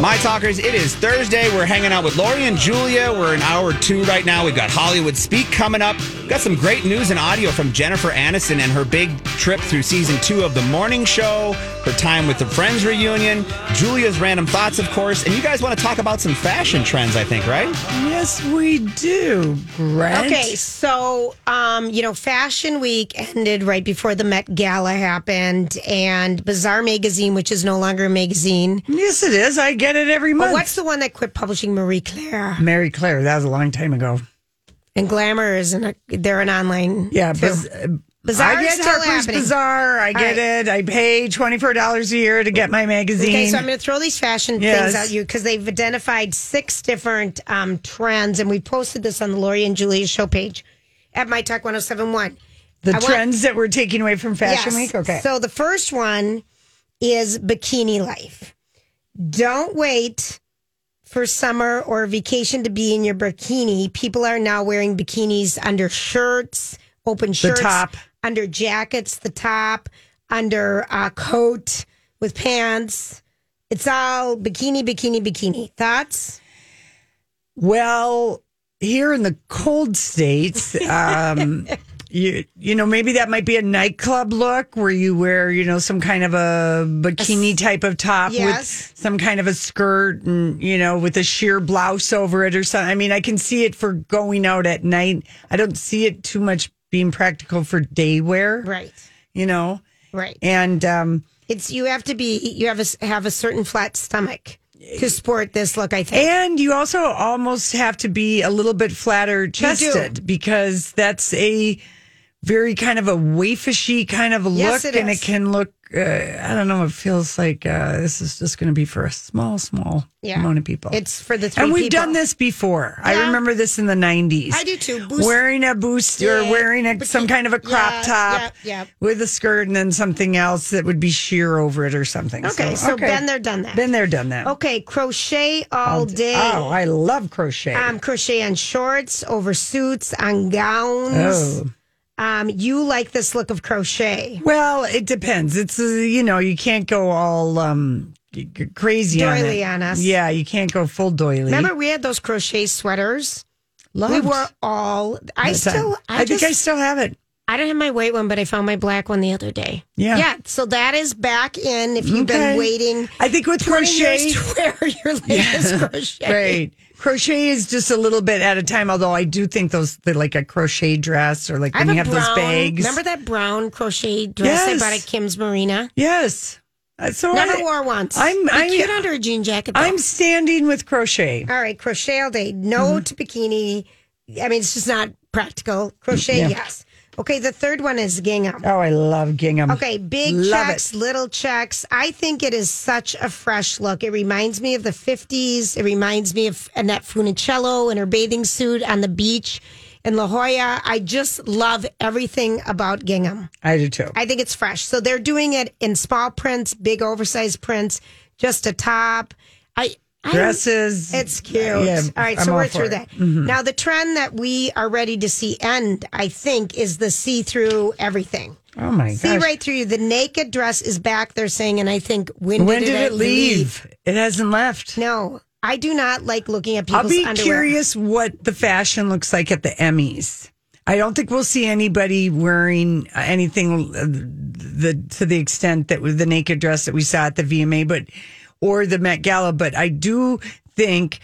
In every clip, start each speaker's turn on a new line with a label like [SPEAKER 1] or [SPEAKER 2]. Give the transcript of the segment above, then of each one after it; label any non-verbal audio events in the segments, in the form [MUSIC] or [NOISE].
[SPEAKER 1] My talkers, it is Thursday. We're hanging out with Lori and Julia. We're in hour two right now. We've got Hollywood Speak coming up. We've got some great news and audio from Jennifer Aniston and her big trip through season two of The Morning Show, her time with the Friends reunion, Julia's random thoughts, of course. And you guys want to talk about some fashion trends, I think, right?
[SPEAKER 2] Yes, we do, Brent.
[SPEAKER 3] Okay, so um, you know, Fashion Week ended right before the Met Gala happened, and Bazaar magazine, which is no longer a magazine,
[SPEAKER 2] Yes, it is. I get it every
[SPEAKER 3] but
[SPEAKER 2] month.
[SPEAKER 3] what's the one that quit publishing Marie Claire
[SPEAKER 2] Mary Claire? That was a long time ago.
[SPEAKER 3] and Glamour? Is an, they're an online
[SPEAKER 2] Yeah,
[SPEAKER 3] too.
[SPEAKER 2] biz-
[SPEAKER 3] Bazaar
[SPEAKER 2] I
[SPEAKER 3] is
[SPEAKER 2] get
[SPEAKER 3] still
[SPEAKER 2] Harper's
[SPEAKER 3] happening.
[SPEAKER 2] Bazaar. I get it. I pay twenty four dollars a year to get my magazine.
[SPEAKER 3] Okay, so I'm going to throw these fashion
[SPEAKER 2] Yes.
[SPEAKER 3] things at you because they've identified six different um, trends, and we posted this on the Lori and Julia show page at My Talk 1071.
[SPEAKER 2] the
[SPEAKER 3] I want-
[SPEAKER 2] trends that we're taking away from Fashion
[SPEAKER 3] Yes.
[SPEAKER 2] Week. Okay,
[SPEAKER 3] So the first one is bikini life. Don't wait for summer or vacation to be in your bikini. People are now wearing bikinis under shirts, open shirts,
[SPEAKER 2] top.
[SPEAKER 3] under jackets, the top, under a coat with pants. It's all bikini, bikini, bikini. Thoughts?
[SPEAKER 2] well, here in the cold
[SPEAKER 3] [LAUGHS]
[SPEAKER 2] states. Um, You, you know maybe that might be a nightclub look where you wear you know some kind of a bikini type of top
[SPEAKER 3] Yes.
[SPEAKER 2] with some kind of a skirt and you know with a sheer blouse over it or something i mean i can see it for going out at night i don't see it too much being practical for day wear
[SPEAKER 3] Right.
[SPEAKER 2] you know
[SPEAKER 3] Right.
[SPEAKER 2] and um
[SPEAKER 3] It's you have to be you have a s- have a certain flat stomach to sport this look. I think.
[SPEAKER 2] and you also almost have to be a little bit flatter chested because that's a very kind of a waifishy kind of a
[SPEAKER 3] Yes,
[SPEAKER 2] look
[SPEAKER 3] it
[SPEAKER 2] and
[SPEAKER 3] is.
[SPEAKER 2] it can look uh, i don't know it feels like uh, this is just going to be for a small small
[SPEAKER 3] Yeah.
[SPEAKER 2] amount of people
[SPEAKER 3] It's for the three
[SPEAKER 2] and we've
[SPEAKER 3] people.
[SPEAKER 2] done this before. I
[SPEAKER 3] Yeah.
[SPEAKER 2] remember this in the nineties.
[SPEAKER 3] I do too. Boost-
[SPEAKER 2] wearing a booster,
[SPEAKER 3] Yeah.
[SPEAKER 2] wearing a, some kind of a crop
[SPEAKER 3] Yeah,
[SPEAKER 2] top
[SPEAKER 3] yeah, yeah.
[SPEAKER 2] with a skirt, and then something else that would be sheer over it or something.
[SPEAKER 3] Okay, so, been there, done that.
[SPEAKER 2] Been there, done that.
[SPEAKER 3] Okay, crochet all day.
[SPEAKER 2] Oh, I love crochet.
[SPEAKER 3] Um, crochet on shorts, over suits, on gowns.
[SPEAKER 2] oh.
[SPEAKER 3] Um, you like this look of crochet.
[SPEAKER 2] Well, it depends. It's uh, you know you can't go all um g- g- crazy
[SPEAKER 3] Doily
[SPEAKER 2] on, it.
[SPEAKER 3] on us.
[SPEAKER 2] Yeah, you can't go full doily.
[SPEAKER 3] Remember, we had those crochet sweaters. We
[SPEAKER 2] Loved
[SPEAKER 3] were all. I
[SPEAKER 2] that time.
[SPEAKER 3] still. I,
[SPEAKER 2] think uh, I still have it.
[SPEAKER 3] I don't have my white one, but I found my black one the other day.
[SPEAKER 2] Yeah.
[SPEAKER 3] Yeah. So that is back in. If you've
[SPEAKER 2] Okay.
[SPEAKER 3] been waiting,
[SPEAKER 2] I think with
[SPEAKER 3] 20
[SPEAKER 2] crochet,
[SPEAKER 3] years [LAUGHS] to wear your latest
[SPEAKER 2] [LAUGHS]
[SPEAKER 3] crochet.
[SPEAKER 2] Right. Crochet is just a little bit at a time, although I do think those, they're like a crochet dress or like
[SPEAKER 3] I have,
[SPEAKER 2] when you
[SPEAKER 3] a
[SPEAKER 2] have
[SPEAKER 3] brown,
[SPEAKER 2] those bags.
[SPEAKER 3] Remember that brown crochet dress
[SPEAKER 2] Yes.
[SPEAKER 3] I bought at Kim's Marina?
[SPEAKER 2] Yes. Uh, So
[SPEAKER 3] Never
[SPEAKER 2] I,
[SPEAKER 3] wore once.
[SPEAKER 2] I'm-
[SPEAKER 3] Be
[SPEAKER 2] I'm-
[SPEAKER 3] cute under a jean jacket. Though.
[SPEAKER 2] I'm standing with crochet.
[SPEAKER 3] all right. Crochet all day. No
[SPEAKER 2] Mm-hmm.
[SPEAKER 3] to bikini. I mean, it's just not practical. Crochet, yes. Okay. The third one is gingham.
[SPEAKER 2] Oh, I love gingham.
[SPEAKER 3] Okay, big
[SPEAKER 2] Love
[SPEAKER 3] checks,
[SPEAKER 2] it.
[SPEAKER 3] little checks. I think it is such a fresh look. It reminds me of the 50s. It reminds me of Annette Funicello in her bathing suit on the beach in La Jolla. I just love everything about gingham.
[SPEAKER 2] I do too.
[SPEAKER 3] I think it's fresh. So they're doing it in small prints, big oversized prints, just a top. I, I
[SPEAKER 2] Dresses.
[SPEAKER 3] It's cute.
[SPEAKER 2] Yeah,
[SPEAKER 3] all right,
[SPEAKER 2] I'm
[SPEAKER 3] so we're
[SPEAKER 2] all for
[SPEAKER 3] through
[SPEAKER 2] it. Mm-hmm.
[SPEAKER 3] that. Now the trend that we are ready to see end, I think, is the see through everything.
[SPEAKER 2] Oh my
[SPEAKER 3] See
[SPEAKER 2] gosh.
[SPEAKER 3] right through you. The naked dress is back. They're saying, and I think when,
[SPEAKER 2] when did it leave? It hasn't left.
[SPEAKER 3] No, I do not like looking at people's
[SPEAKER 2] I'll be
[SPEAKER 3] underwear.
[SPEAKER 2] curious what the fashion looks like at the Emmys. I don't think we'll see anybody wearing anything uh, the to the extent that with the naked dress that we saw at the VMA, but or the Met Gala. But I do think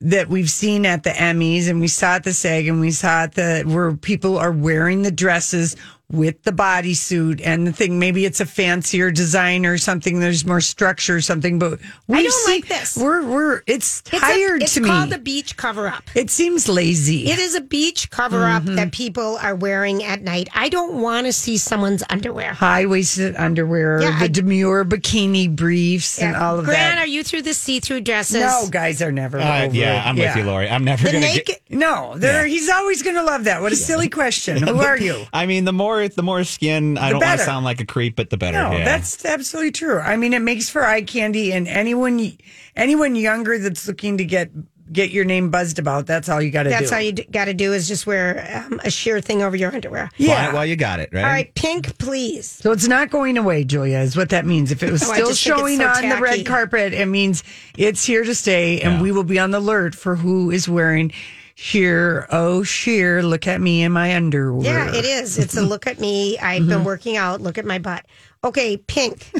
[SPEAKER 2] that we've seen at the Emmys and we saw at the SAG and we saw at the where people are wearing the dresses with the bodysuit and the thing. Maybe it's a fancier design or something. There's more structure or something. But we
[SPEAKER 3] don't like this.
[SPEAKER 2] We're we're it's
[SPEAKER 3] It's a-
[SPEAKER 2] tired
[SPEAKER 3] it's
[SPEAKER 2] to me.
[SPEAKER 3] called the beach cover up.
[SPEAKER 2] it seems lazy.
[SPEAKER 3] It is a beach cover up
[SPEAKER 2] Mm-hmm.
[SPEAKER 3] that people are wearing at night. I don't want to see someone's underwear.
[SPEAKER 2] High waisted underwear,
[SPEAKER 3] Yeah,
[SPEAKER 2] the
[SPEAKER 3] I-
[SPEAKER 2] demure bikini briefs, and all of
[SPEAKER 3] Gran,
[SPEAKER 2] that.
[SPEAKER 3] are you through the see through dresses?
[SPEAKER 2] no, guys are never.
[SPEAKER 1] Uh,
[SPEAKER 2] over
[SPEAKER 1] yeah,
[SPEAKER 2] it.
[SPEAKER 1] I'm with you, Lori. I'm never
[SPEAKER 3] The
[SPEAKER 1] gonna
[SPEAKER 3] naked.
[SPEAKER 1] get.
[SPEAKER 2] No, there. He's always going to love that. What a silly question. Who are you?
[SPEAKER 1] I mean, the more the more skin. I don't
[SPEAKER 2] The
[SPEAKER 1] want
[SPEAKER 2] better.
[SPEAKER 1] to sound like a creep, but the better. [LAUGHS]
[SPEAKER 2] No,
[SPEAKER 1] yeah.
[SPEAKER 2] that's absolutely true. I mean, it makes for eye candy, and anyone anyone younger that's looking to get get your name buzzed about, that's all you got to do.
[SPEAKER 3] That's all you got to do is just wear um, a sheer thing over your underwear.
[SPEAKER 1] yeah.
[SPEAKER 2] yeah.
[SPEAKER 1] While you got it, right?
[SPEAKER 3] All right, pink, please.
[SPEAKER 2] So it's not going away, Julia, is what that means. If it was
[SPEAKER 3] No, Oh, I
[SPEAKER 2] still
[SPEAKER 3] just think it's
[SPEAKER 2] showing
[SPEAKER 3] so
[SPEAKER 2] on the
[SPEAKER 3] tacky.
[SPEAKER 2] red carpet, it means it's here to stay, and we will be on the alert for who is wearing sheer. Oh, sheer! Look at me in my underwear.
[SPEAKER 3] Yeah, it
[SPEAKER 2] [LAUGHS]
[SPEAKER 3] is. It's a look at me. I've
[SPEAKER 2] Mm-hmm.
[SPEAKER 3] been working out. Look at my butt. Okay, pink.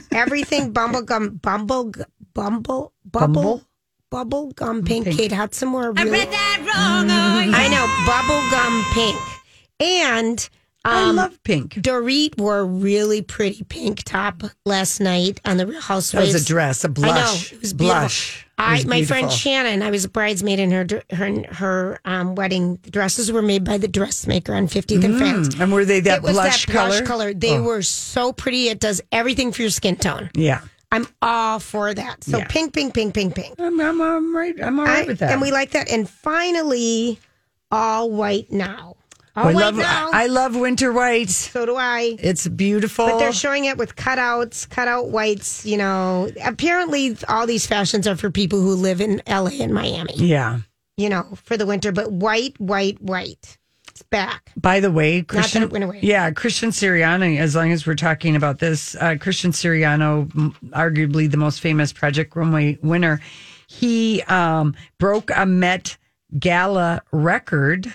[SPEAKER 2] [LAUGHS]
[SPEAKER 3] Everything bumblegum, bumble, gu- bumble, bubble, bubblegum pink. Kate Hudson wore a really. I read that wrong. Oh, [LAUGHS] I know bubblegum pink, and
[SPEAKER 2] I
[SPEAKER 3] um,
[SPEAKER 2] love pink.
[SPEAKER 3] Dorit wore a really pretty pink top last night on the Real
[SPEAKER 2] That
[SPEAKER 3] Housewives.
[SPEAKER 2] was a dress, a blush,
[SPEAKER 3] I know it was beautiful.
[SPEAKER 2] blush. It
[SPEAKER 3] I,
[SPEAKER 2] was
[SPEAKER 3] my friend
[SPEAKER 2] beautiful.
[SPEAKER 3] Shannon, I was a bridesmaid in her her her um, wedding. The dresses were made by the dressmaker on 50th and France.
[SPEAKER 2] Mm, and were they that
[SPEAKER 3] it was
[SPEAKER 2] blush
[SPEAKER 3] that blush
[SPEAKER 2] color? Oh.
[SPEAKER 3] color. They were so pretty. It does everything for your skin tone.
[SPEAKER 2] Yeah.
[SPEAKER 3] I'm all for that. So
[SPEAKER 2] Yeah.
[SPEAKER 3] pink, pink, pink, pink, pink.
[SPEAKER 2] I'm, I'm, I'm right. I'm all right
[SPEAKER 3] I-
[SPEAKER 2] with that.
[SPEAKER 3] And we like that. And finally, all white now. All
[SPEAKER 2] Oh, I
[SPEAKER 3] white
[SPEAKER 2] love.
[SPEAKER 3] now.
[SPEAKER 2] I, I love winter white.
[SPEAKER 3] so do I.
[SPEAKER 2] It's beautiful.
[SPEAKER 3] But they're showing it with cutouts, cutout whites. You know, apparently all these fashions are for people who live in LA and Miami.
[SPEAKER 2] yeah.
[SPEAKER 3] You know, for the winter. But white, white, white. It's back.
[SPEAKER 2] By the way,
[SPEAKER 3] that
[SPEAKER 2] Christian.
[SPEAKER 3] it went away.
[SPEAKER 2] Yeah, Christian Siriano. As long as we're talking about this, uh, Christian Siriano, m- arguably the most famous Project Runway winner, he um, broke a Met Gala record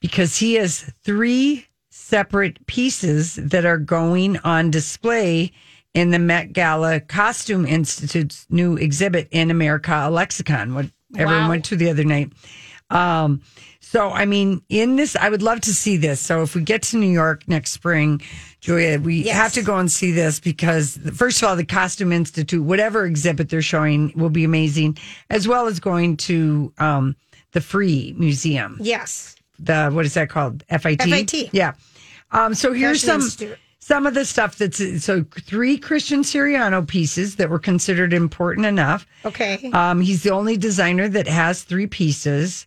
[SPEAKER 2] because he has three separate pieces that are going on display in the Met Gala Costume Institute's new exhibit in America a Lexicon. What everyone
[SPEAKER 3] Wow.
[SPEAKER 2] went to the other night. Um, so I mean, in this, I would love to see this. So if we get to New York next spring, Julia, we
[SPEAKER 3] Yes.
[SPEAKER 2] have to go and see this because first of all, the Costume Institute, whatever exhibit they're showing, will be amazing, as well as going to um, the Free Museum.
[SPEAKER 3] Yes.
[SPEAKER 2] The what is that called? FIT.
[SPEAKER 3] FIT.
[SPEAKER 2] Yeah. Um, so here's some
[SPEAKER 3] Fashion Institute.
[SPEAKER 2] some of the stuff that's so three Christian Siriano pieces that were considered important enough.
[SPEAKER 3] Okay.
[SPEAKER 2] Um, he's the only designer that has three pieces.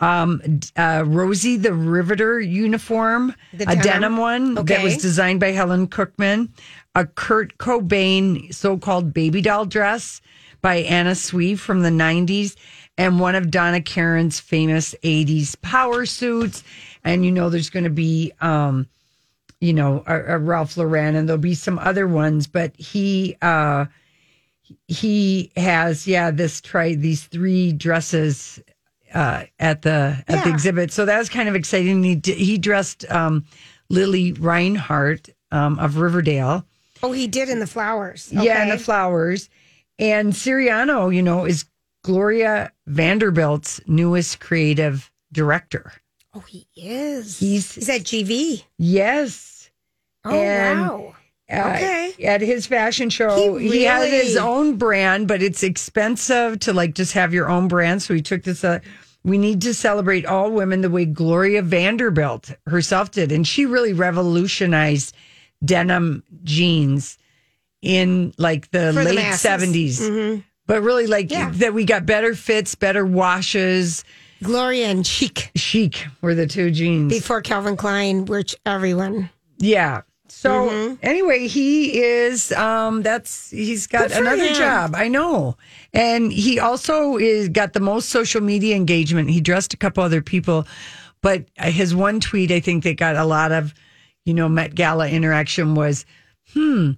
[SPEAKER 2] Um, d- uh, Rosie the Riveter uniform,
[SPEAKER 3] The
[SPEAKER 2] a
[SPEAKER 3] denim?
[SPEAKER 2] denim one that was
[SPEAKER 3] Okay.
[SPEAKER 2] designed by Helen Cookman, a Kurt Cobain so called baby doll dress by Anna Sweeve from the 90s, and one of Donna Karen's famous 80s power suits. And you know, there's going to be. Um, you know, a, a Ralph Lauren, and there'll be some other ones. But he uh, he has yeah this try these three dresses uh, at the at the
[SPEAKER 3] Yeah.
[SPEAKER 2] exhibit. So that was kind of exciting. He d- he dressed um, Lily Reinhart um, of Riverdale.
[SPEAKER 3] oh, he did in the flowers.
[SPEAKER 2] Yeah, and the
[SPEAKER 3] Okay.
[SPEAKER 2] flowers. And Siriano, you know, is Gloria Vanderbilt's newest creative director.
[SPEAKER 3] Oh, he is.
[SPEAKER 2] He's-
[SPEAKER 3] he's at GV.
[SPEAKER 2] Yes.
[SPEAKER 3] Oh,
[SPEAKER 2] And-
[SPEAKER 3] wow.
[SPEAKER 2] uh,
[SPEAKER 3] Okay.
[SPEAKER 2] at his fashion show. He,
[SPEAKER 3] He
[SPEAKER 2] had his
[SPEAKER 3] really-
[SPEAKER 2] own brand, but it's expensive to like just have your own brand. So he took this. Uh, we need to celebrate all women the way Gloria Vanderbilt herself did, and she really revolutionized denim jeans in like the
[SPEAKER 3] For the
[SPEAKER 2] late
[SPEAKER 3] masses. Mm-hmm.
[SPEAKER 2] 70s But really, like
[SPEAKER 3] Yeah.
[SPEAKER 2] that, we got better fits, better washes.
[SPEAKER 3] Gloria and Chic
[SPEAKER 2] Chic were the two jeans.
[SPEAKER 3] before Calvin Klein, which everyone.
[SPEAKER 2] Yeah. So
[SPEAKER 3] Mm-hmm.
[SPEAKER 2] anyway, he is um that's he's got
[SPEAKER 3] Good for
[SPEAKER 2] another
[SPEAKER 3] him.
[SPEAKER 2] job. I know. And he also is got the most social media engagement. He dressed a couple other people, but his one tweet I think that got a lot of, you know, Met Gala interaction was, "Hmm,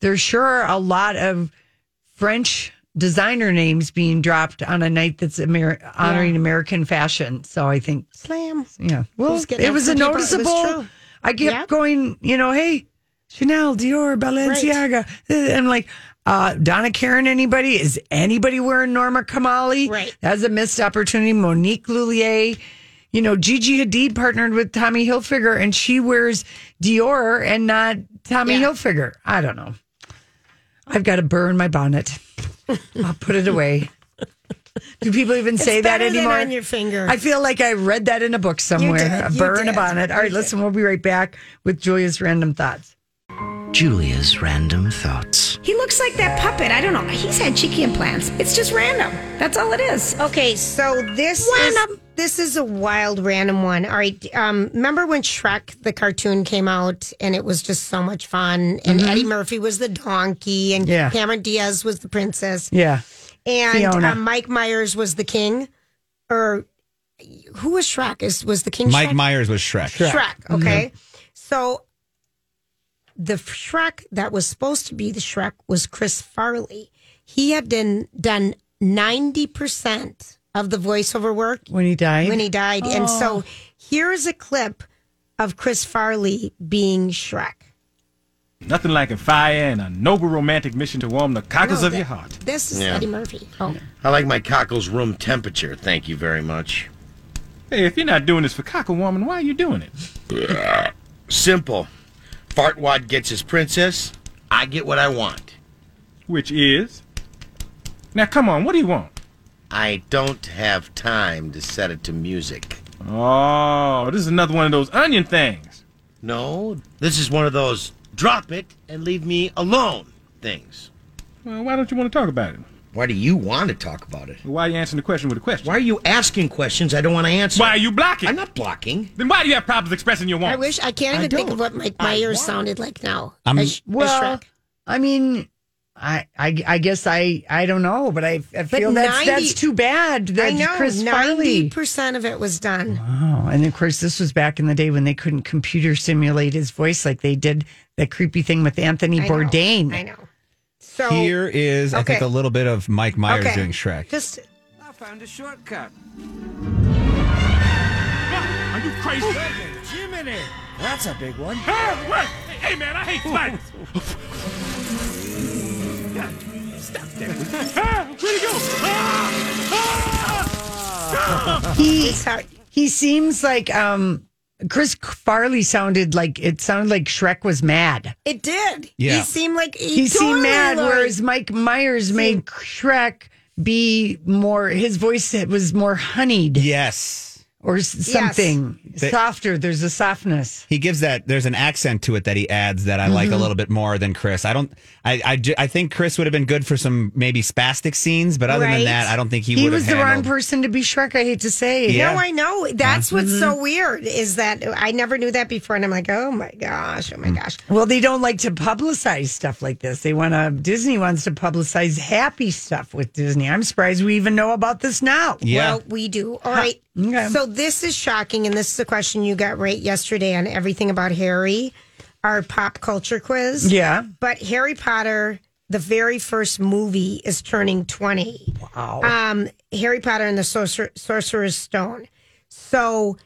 [SPEAKER 2] there's sure are a lot of French designer names being dropped on a night that's Amer- honoring American fashion." So I think
[SPEAKER 3] Slam.
[SPEAKER 2] yeah. Well,
[SPEAKER 3] was getting
[SPEAKER 2] it
[SPEAKER 3] up
[SPEAKER 2] was
[SPEAKER 3] for
[SPEAKER 2] a
[SPEAKER 3] people. It was
[SPEAKER 2] noticeable.
[SPEAKER 3] true.
[SPEAKER 2] I kept
[SPEAKER 3] Yeah.
[SPEAKER 2] going, you know, hey, Chanel, Dior, Balenciaga. I'm like, Uh, Donna Karen, anybody? Is anybody wearing Norma Kamali?
[SPEAKER 3] Right.
[SPEAKER 2] That's a missed opportunity. Monique Lullier. You know, Gigi Hadid partnered with Tommy Hilfiger and she wears Dior and not Tommy
[SPEAKER 3] Yeah.
[SPEAKER 2] Hilfiger. I don't know. I've got to burn my bonnet. I'll put it
[SPEAKER 3] [LAUGHS]
[SPEAKER 2] away. Do people even say that
[SPEAKER 3] better than
[SPEAKER 2] anymore?
[SPEAKER 3] on your finger.
[SPEAKER 2] I feel like I read that in a book somewhere.
[SPEAKER 3] did, you
[SPEAKER 2] burn a
[SPEAKER 3] did,
[SPEAKER 2] bonnet. All right, listen, we'll be right back with Julia's random thoughts.
[SPEAKER 4] Julia's random thoughts.
[SPEAKER 5] He looks like that puppet. I don't know. He's had cheeky implants. It's just random. That's all it is.
[SPEAKER 3] Okay, so this is
[SPEAKER 5] Random.
[SPEAKER 3] this is a wild random one. All right, um, remember when Shrek the cartoon came out and it was just so much fun, and Eddie Murphy was the donkey, and
[SPEAKER 2] Mm-hmm. Yeah.
[SPEAKER 3] Cameron Diaz was the princess,
[SPEAKER 2] Yeah.
[SPEAKER 3] and
[SPEAKER 2] Fiona.
[SPEAKER 3] um, Mike Myers was the king, or who was Shrek? Is was the king?
[SPEAKER 1] Mike
[SPEAKER 3] Shrek?
[SPEAKER 1] Myers was Shrek.
[SPEAKER 3] Shrek. Okay. So the Shrek that was supposed to be the Shrek was Chris Farley. He had done done ninety percent of the voiceover work
[SPEAKER 2] When he died.
[SPEAKER 3] when he died, and so here is a clip of Chris Farley being Shrek.
[SPEAKER 6] Nothing like a fire and a noble romantic mission to warm the cockles
[SPEAKER 3] No,
[SPEAKER 6] of
[SPEAKER 3] that-
[SPEAKER 6] your heart.
[SPEAKER 3] This is
[SPEAKER 7] Yeah.
[SPEAKER 3] Eddie Murphy. Oh,
[SPEAKER 7] I like my cockles room temperature. Thank you very much.
[SPEAKER 6] Hey, if you're not doing this for cockle warming, why are you doing it?
[SPEAKER 7] [LAUGHS] Simple. Fartwad gets his princess. I get what I want.
[SPEAKER 6] Which is. Now, come on, what do you want?
[SPEAKER 7] I don't have time to set it to music.
[SPEAKER 6] Oh, this is another one of those onion things.
[SPEAKER 7] No, this is one of those drop it and leave me alone things.
[SPEAKER 6] Well, why don't you want to talk about it?
[SPEAKER 7] Why do you want to talk about it?
[SPEAKER 6] Why are you answering the question with a question?
[SPEAKER 7] Why are you asking questions I don't want to answer?
[SPEAKER 6] Why are you blocking?
[SPEAKER 7] I'm not blocking.
[SPEAKER 6] Then why do you have problems expressing your
[SPEAKER 3] I
[SPEAKER 6] wants?
[SPEAKER 3] wish I can't
[SPEAKER 7] I
[SPEAKER 3] even think of what
[SPEAKER 7] don't.
[SPEAKER 3] Mike
[SPEAKER 7] I
[SPEAKER 3] Myers
[SPEAKER 7] want-
[SPEAKER 3] sounded like now.
[SPEAKER 1] I'm-
[SPEAKER 3] as, as
[SPEAKER 2] Well,
[SPEAKER 3] Shrek.
[SPEAKER 2] I mean, I, I, I guess I, I don't know, but I, I feel that's,
[SPEAKER 3] 90
[SPEAKER 2] that's too bad. That
[SPEAKER 3] I know
[SPEAKER 2] Chris
[SPEAKER 3] ninety
[SPEAKER 2] Farley.
[SPEAKER 3] percent of it was done.
[SPEAKER 2] Oh, and of course, this was back in the day when they couldn't computer simulate his voice like they did that creepy thing with Anthony
[SPEAKER 3] I know,
[SPEAKER 2] Bourdain.
[SPEAKER 3] I know. So
[SPEAKER 1] Here is, I think,
[SPEAKER 3] Okay.
[SPEAKER 1] a little bit of Mike Myers
[SPEAKER 3] Okay.
[SPEAKER 1] doing Shrek.
[SPEAKER 3] just
[SPEAKER 4] I found a shortcut.
[SPEAKER 6] Are you crazy?
[SPEAKER 4] Jiminy! That's a big one.
[SPEAKER 6] Hey, what? Hey, man, I hate
[SPEAKER 4] [LAUGHS]
[SPEAKER 6] spiders. Stop that. Ah, where'd he go? Ah! Ah! Ah!
[SPEAKER 2] He
[SPEAKER 3] it's hard.
[SPEAKER 2] he seems like um Chris Farley sounded like it sounded like Shrek was mad.
[SPEAKER 3] It did.
[SPEAKER 1] Yeah.
[SPEAKER 3] He seemed like he,
[SPEAKER 2] He seemed
[SPEAKER 3] totally
[SPEAKER 2] mad,
[SPEAKER 3] Lori.
[SPEAKER 2] whereas Mike Myers made Shrek be more his voice was more honeyed
[SPEAKER 1] Yes.
[SPEAKER 2] or s- something softer. There's a softness.
[SPEAKER 1] He gives that, there's an accent to it that he adds that I like a little bit more than Chris. I don't, I, I, ju- I think Chris would have been good for some maybe spastic scenes, but other
[SPEAKER 3] Right.
[SPEAKER 1] than that, I don't think he,
[SPEAKER 2] He
[SPEAKER 1] would
[SPEAKER 2] was
[SPEAKER 1] have
[SPEAKER 2] the wrong
[SPEAKER 1] handled.
[SPEAKER 2] person to be Shrek. I hate to say.
[SPEAKER 1] Yeah.
[SPEAKER 3] No, I know. That's what's
[SPEAKER 2] Mm-hmm.
[SPEAKER 3] so weird is that I never knew that before, and I'm like, oh my gosh, oh my
[SPEAKER 2] Mm.
[SPEAKER 3] gosh.
[SPEAKER 2] Well, they don't like to publicize stuff like this. They want to. Disney wants to publicize happy stuff with Disney. I'm surprised we even know about this now.
[SPEAKER 1] Yeah.
[SPEAKER 3] Well, we do. All right.
[SPEAKER 2] Okay.
[SPEAKER 3] So this is shocking, and this is a question you got right yesterday on everything about Harry, our pop culture quiz.
[SPEAKER 2] Yeah.
[SPEAKER 3] But Harry Potter, the very first movie, is turning 20. Wow. Um, Harry Potter and the Sorcer- Sorcerer's Stone. So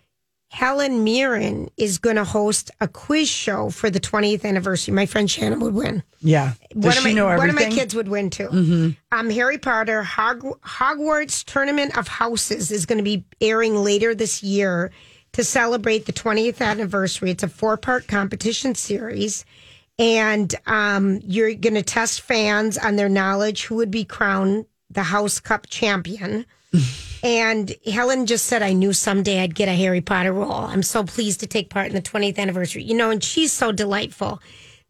[SPEAKER 3] Helen Mirren is going to host a quiz show for the 20th anniversary. My friend Shannon would win.
[SPEAKER 2] Yeah. Does
[SPEAKER 3] one of
[SPEAKER 2] she
[SPEAKER 3] my,
[SPEAKER 2] know
[SPEAKER 3] one
[SPEAKER 2] everything? Mm-hmm.
[SPEAKER 3] of my kids would win too. Um, Harry Potter Hog- Hogwarts Tournament of Houses is going to be airing later this year to celebrate the 20th anniversary. It's a four part competition series, and um, you're going to test fans on their knowledge who would be crowned the House Cup champion. And Helen just said, I knew someday I'd get a Harry Potter role. I'm so pleased to take part in the 20th anniversary. You know, and she's so delightful.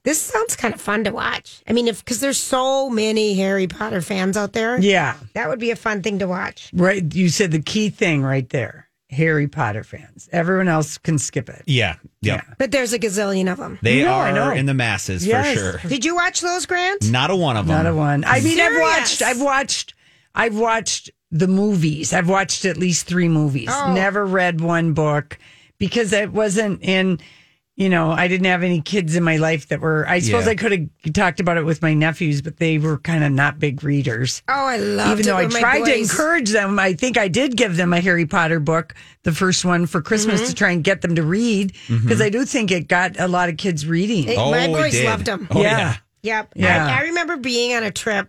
[SPEAKER 3] This sounds kind of fun to watch. I mean, if because there's so many Harry Potter fans out there,
[SPEAKER 2] Yeah.
[SPEAKER 3] that would be a fun thing to watch.
[SPEAKER 2] Right. You said the key thing right there. Harry Potter fans. Everyone else can skip it.
[SPEAKER 1] yeah. Yep.
[SPEAKER 3] But there's a gazillion of them.
[SPEAKER 1] They
[SPEAKER 2] No, I know.
[SPEAKER 1] are in the masses
[SPEAKER 2] Yes.
[SPEAKER 1] for sure.
[SPEAKER 3] Did you watch those, Grant?
[SPEAKER 1] Not a one of them.
[SPEAKER 2] Not a one. I mean, I've
[SPEAKER 3] Serious?
[SPEAKER 2] watched. I've watched. I've watched the movies. I've watched at least three movies.
[SPEAKER 3] Oh.
[SPEAKER 2] Never read one book because it wasn't in. You know, I didn't have any kids in my life that were. I suppose
[SPEAKER 1] Yeah.
[SPEAKER 2] I could have talked about it with my nephews, but they were kind of not big readers.
[SPEAKER 3] Oh, I
[SPEAKER 2] Even
[SPEAKER 3] loved it
[SPEAKER 2] though I
[SPEAKER 3] when my
[SPEAKER 2] tried to
[SPEAKER 3] boys-
[SPEAKER 2] encourage them, I think I did give them a Harry Potter book, the first one for Christmas,
[SPEAKER 3] Mm-hmm.
[SPEAKER 2] to try and get them to read because I do think it got a lot of kids reading.
[SPEAKER 3] It-
[SPEAKER 1] Oh,
[SPEAKER 3] my
[SPEAKER 1] it
[SPEAKER 3] boys
[SPEAKER 1] did.
[SPEAKER 3] loved them.
[SPEAKER 1] Oh, yeah.
[SPEAKER 3] Yep.
[SPEAKER 2] Yeah.
[SPEAKER 3] I, I remember being on a trip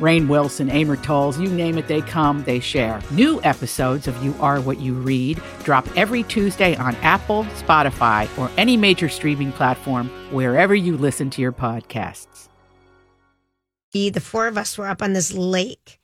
[SPEAKER 8] Rain Wilson, Amor Tolls, you name it, they come, they share. New episodes of You Are What You Read drop every Tuesday on Apple, Spotify, or any major streaming platform wherever you listen to your podcasts.
[SPEAKER 3] we- the four of us were up on this lake,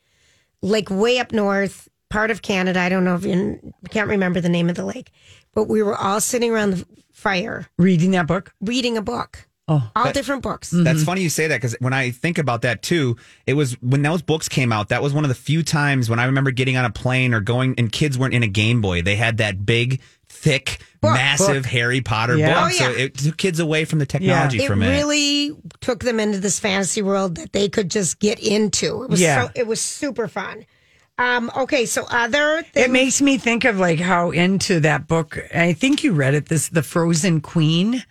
[SPEAKER 3] like way up north, part of Canada. I don't know if you can't remember the name of the lake, but we were all sitting around the fire
[SPEAKER 2] Reading that book?
[SPEAKER 3] reading a book,
[SPEAKER 2] Oh.
[SPEAKER 3] all
[SPEAKER 1] But-
[SPEAKER 3] different books.
[SPEAKER 1] That's funny you say that because when I think about that too, it was when those books came out. That was one of the few times when I remember getting on a plane or going, and kids weren't in a Game Boy. They had that big, thick,
[SPEAKER 3] Book.
[SPEAKER 1] massive
[SPEAKER 2] Book.
[SPEAKER 1] Harry Potter
[SPEAKER 2] Yeah.
[SPEAKER 1] book.
[SPEAKER 3] Oh, yeah.
[SPEAKER 1] So it took kids away from the technology
[SPEAKER 3] It
[SPEAKER 1] for a minute.
[SPEAKER 3] really took them into this fantasy world that they could just get into. It was
[SPEAKER 2] Yeah.
[SPEAKER 3] so, it was super fun. Um, okay, so other
[SPEAKER 2] It
[SPEAKER 3] things.
[SPEAKER 2] makes me think of like how into that book. I think you read it. This the Frozen Queen.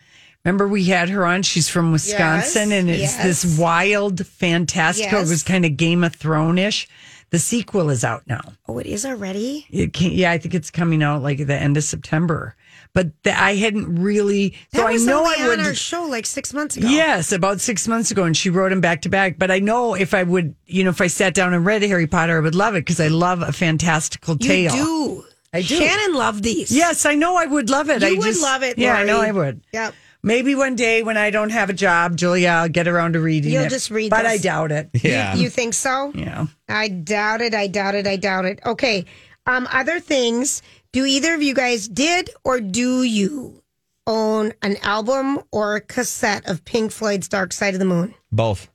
[SPEAKER 2] Remember we had her on. She's from Wisconsin,
[SPEAKER 3] Yes,
[SPEAKER 2] and it's
[SPEAKER 3] yes.
[SPEAKER 2] this wild, fantastical.
[SPEAKER 3] Yes.
[SPEAKER 2] It was kind of Game of Thrones ish. The sequel is out now.
[SPEAKER 3] oh, it is already.
[SPEAKER 2] It can, yeah, I think it's coming out like at the end of September. But the, I hadn't really.
[SPEAKER 3] That
[SPEAKER 2] so
[SPEAKER 3] was
[SPEAKER 2] I know
[SPEAKER 3] only
[SPEAKER 2] I would.
[SPEAKER 3] on our show like six months ago.
[SPEAKER 2] Yes, about six months ago, and she wrote him back to back. But I know if I would, you know, if I sat down and read Harry Potter, I would love it because I love a fantastical
[SPEAKER 3] you
[SPEAKER 2] tale.
[SPEAKER 3] do.
[SPEAKER 2] I do.
[SPEAKER 3] Shannon loved these.
[SPEAKER 2] Yes, I know I would love it.
[SPEAKER 3] You
[SPEAKER 2] I
[SPEAKER 3] would
[SPEAKER 2] just-
[SPEAKER 3] love it,
[SPEAKER 2] Yeah, I know
[SPEAKER 3] Lori.
[SPEAKER 2] I would.
[SPEAKER 3] Yep.
[SPEAKER 2] Maybe one day when I don't have a job, Julia, I'll get around to reading
[SPEAKER 3] You'll
[SPEAKER 2] it.
[SPEAKER 3] just read
[SPEAKER 2] But
[SPEAKER 3] this.
[SPEAKER 2] I doubt it.
[SPEAKER 1] yeah.
[SPEAKER 3] You think so?
[SPEAKER 2] Yeah.
[SPEAKER 3] I doubt it. I doubt it. I doubt it. Okay. Um, other things. Do either of you guys did or do you own an album or a cassette of Pink Floyd's Dark Side of the Moon?
[SPEAKER 1] Both.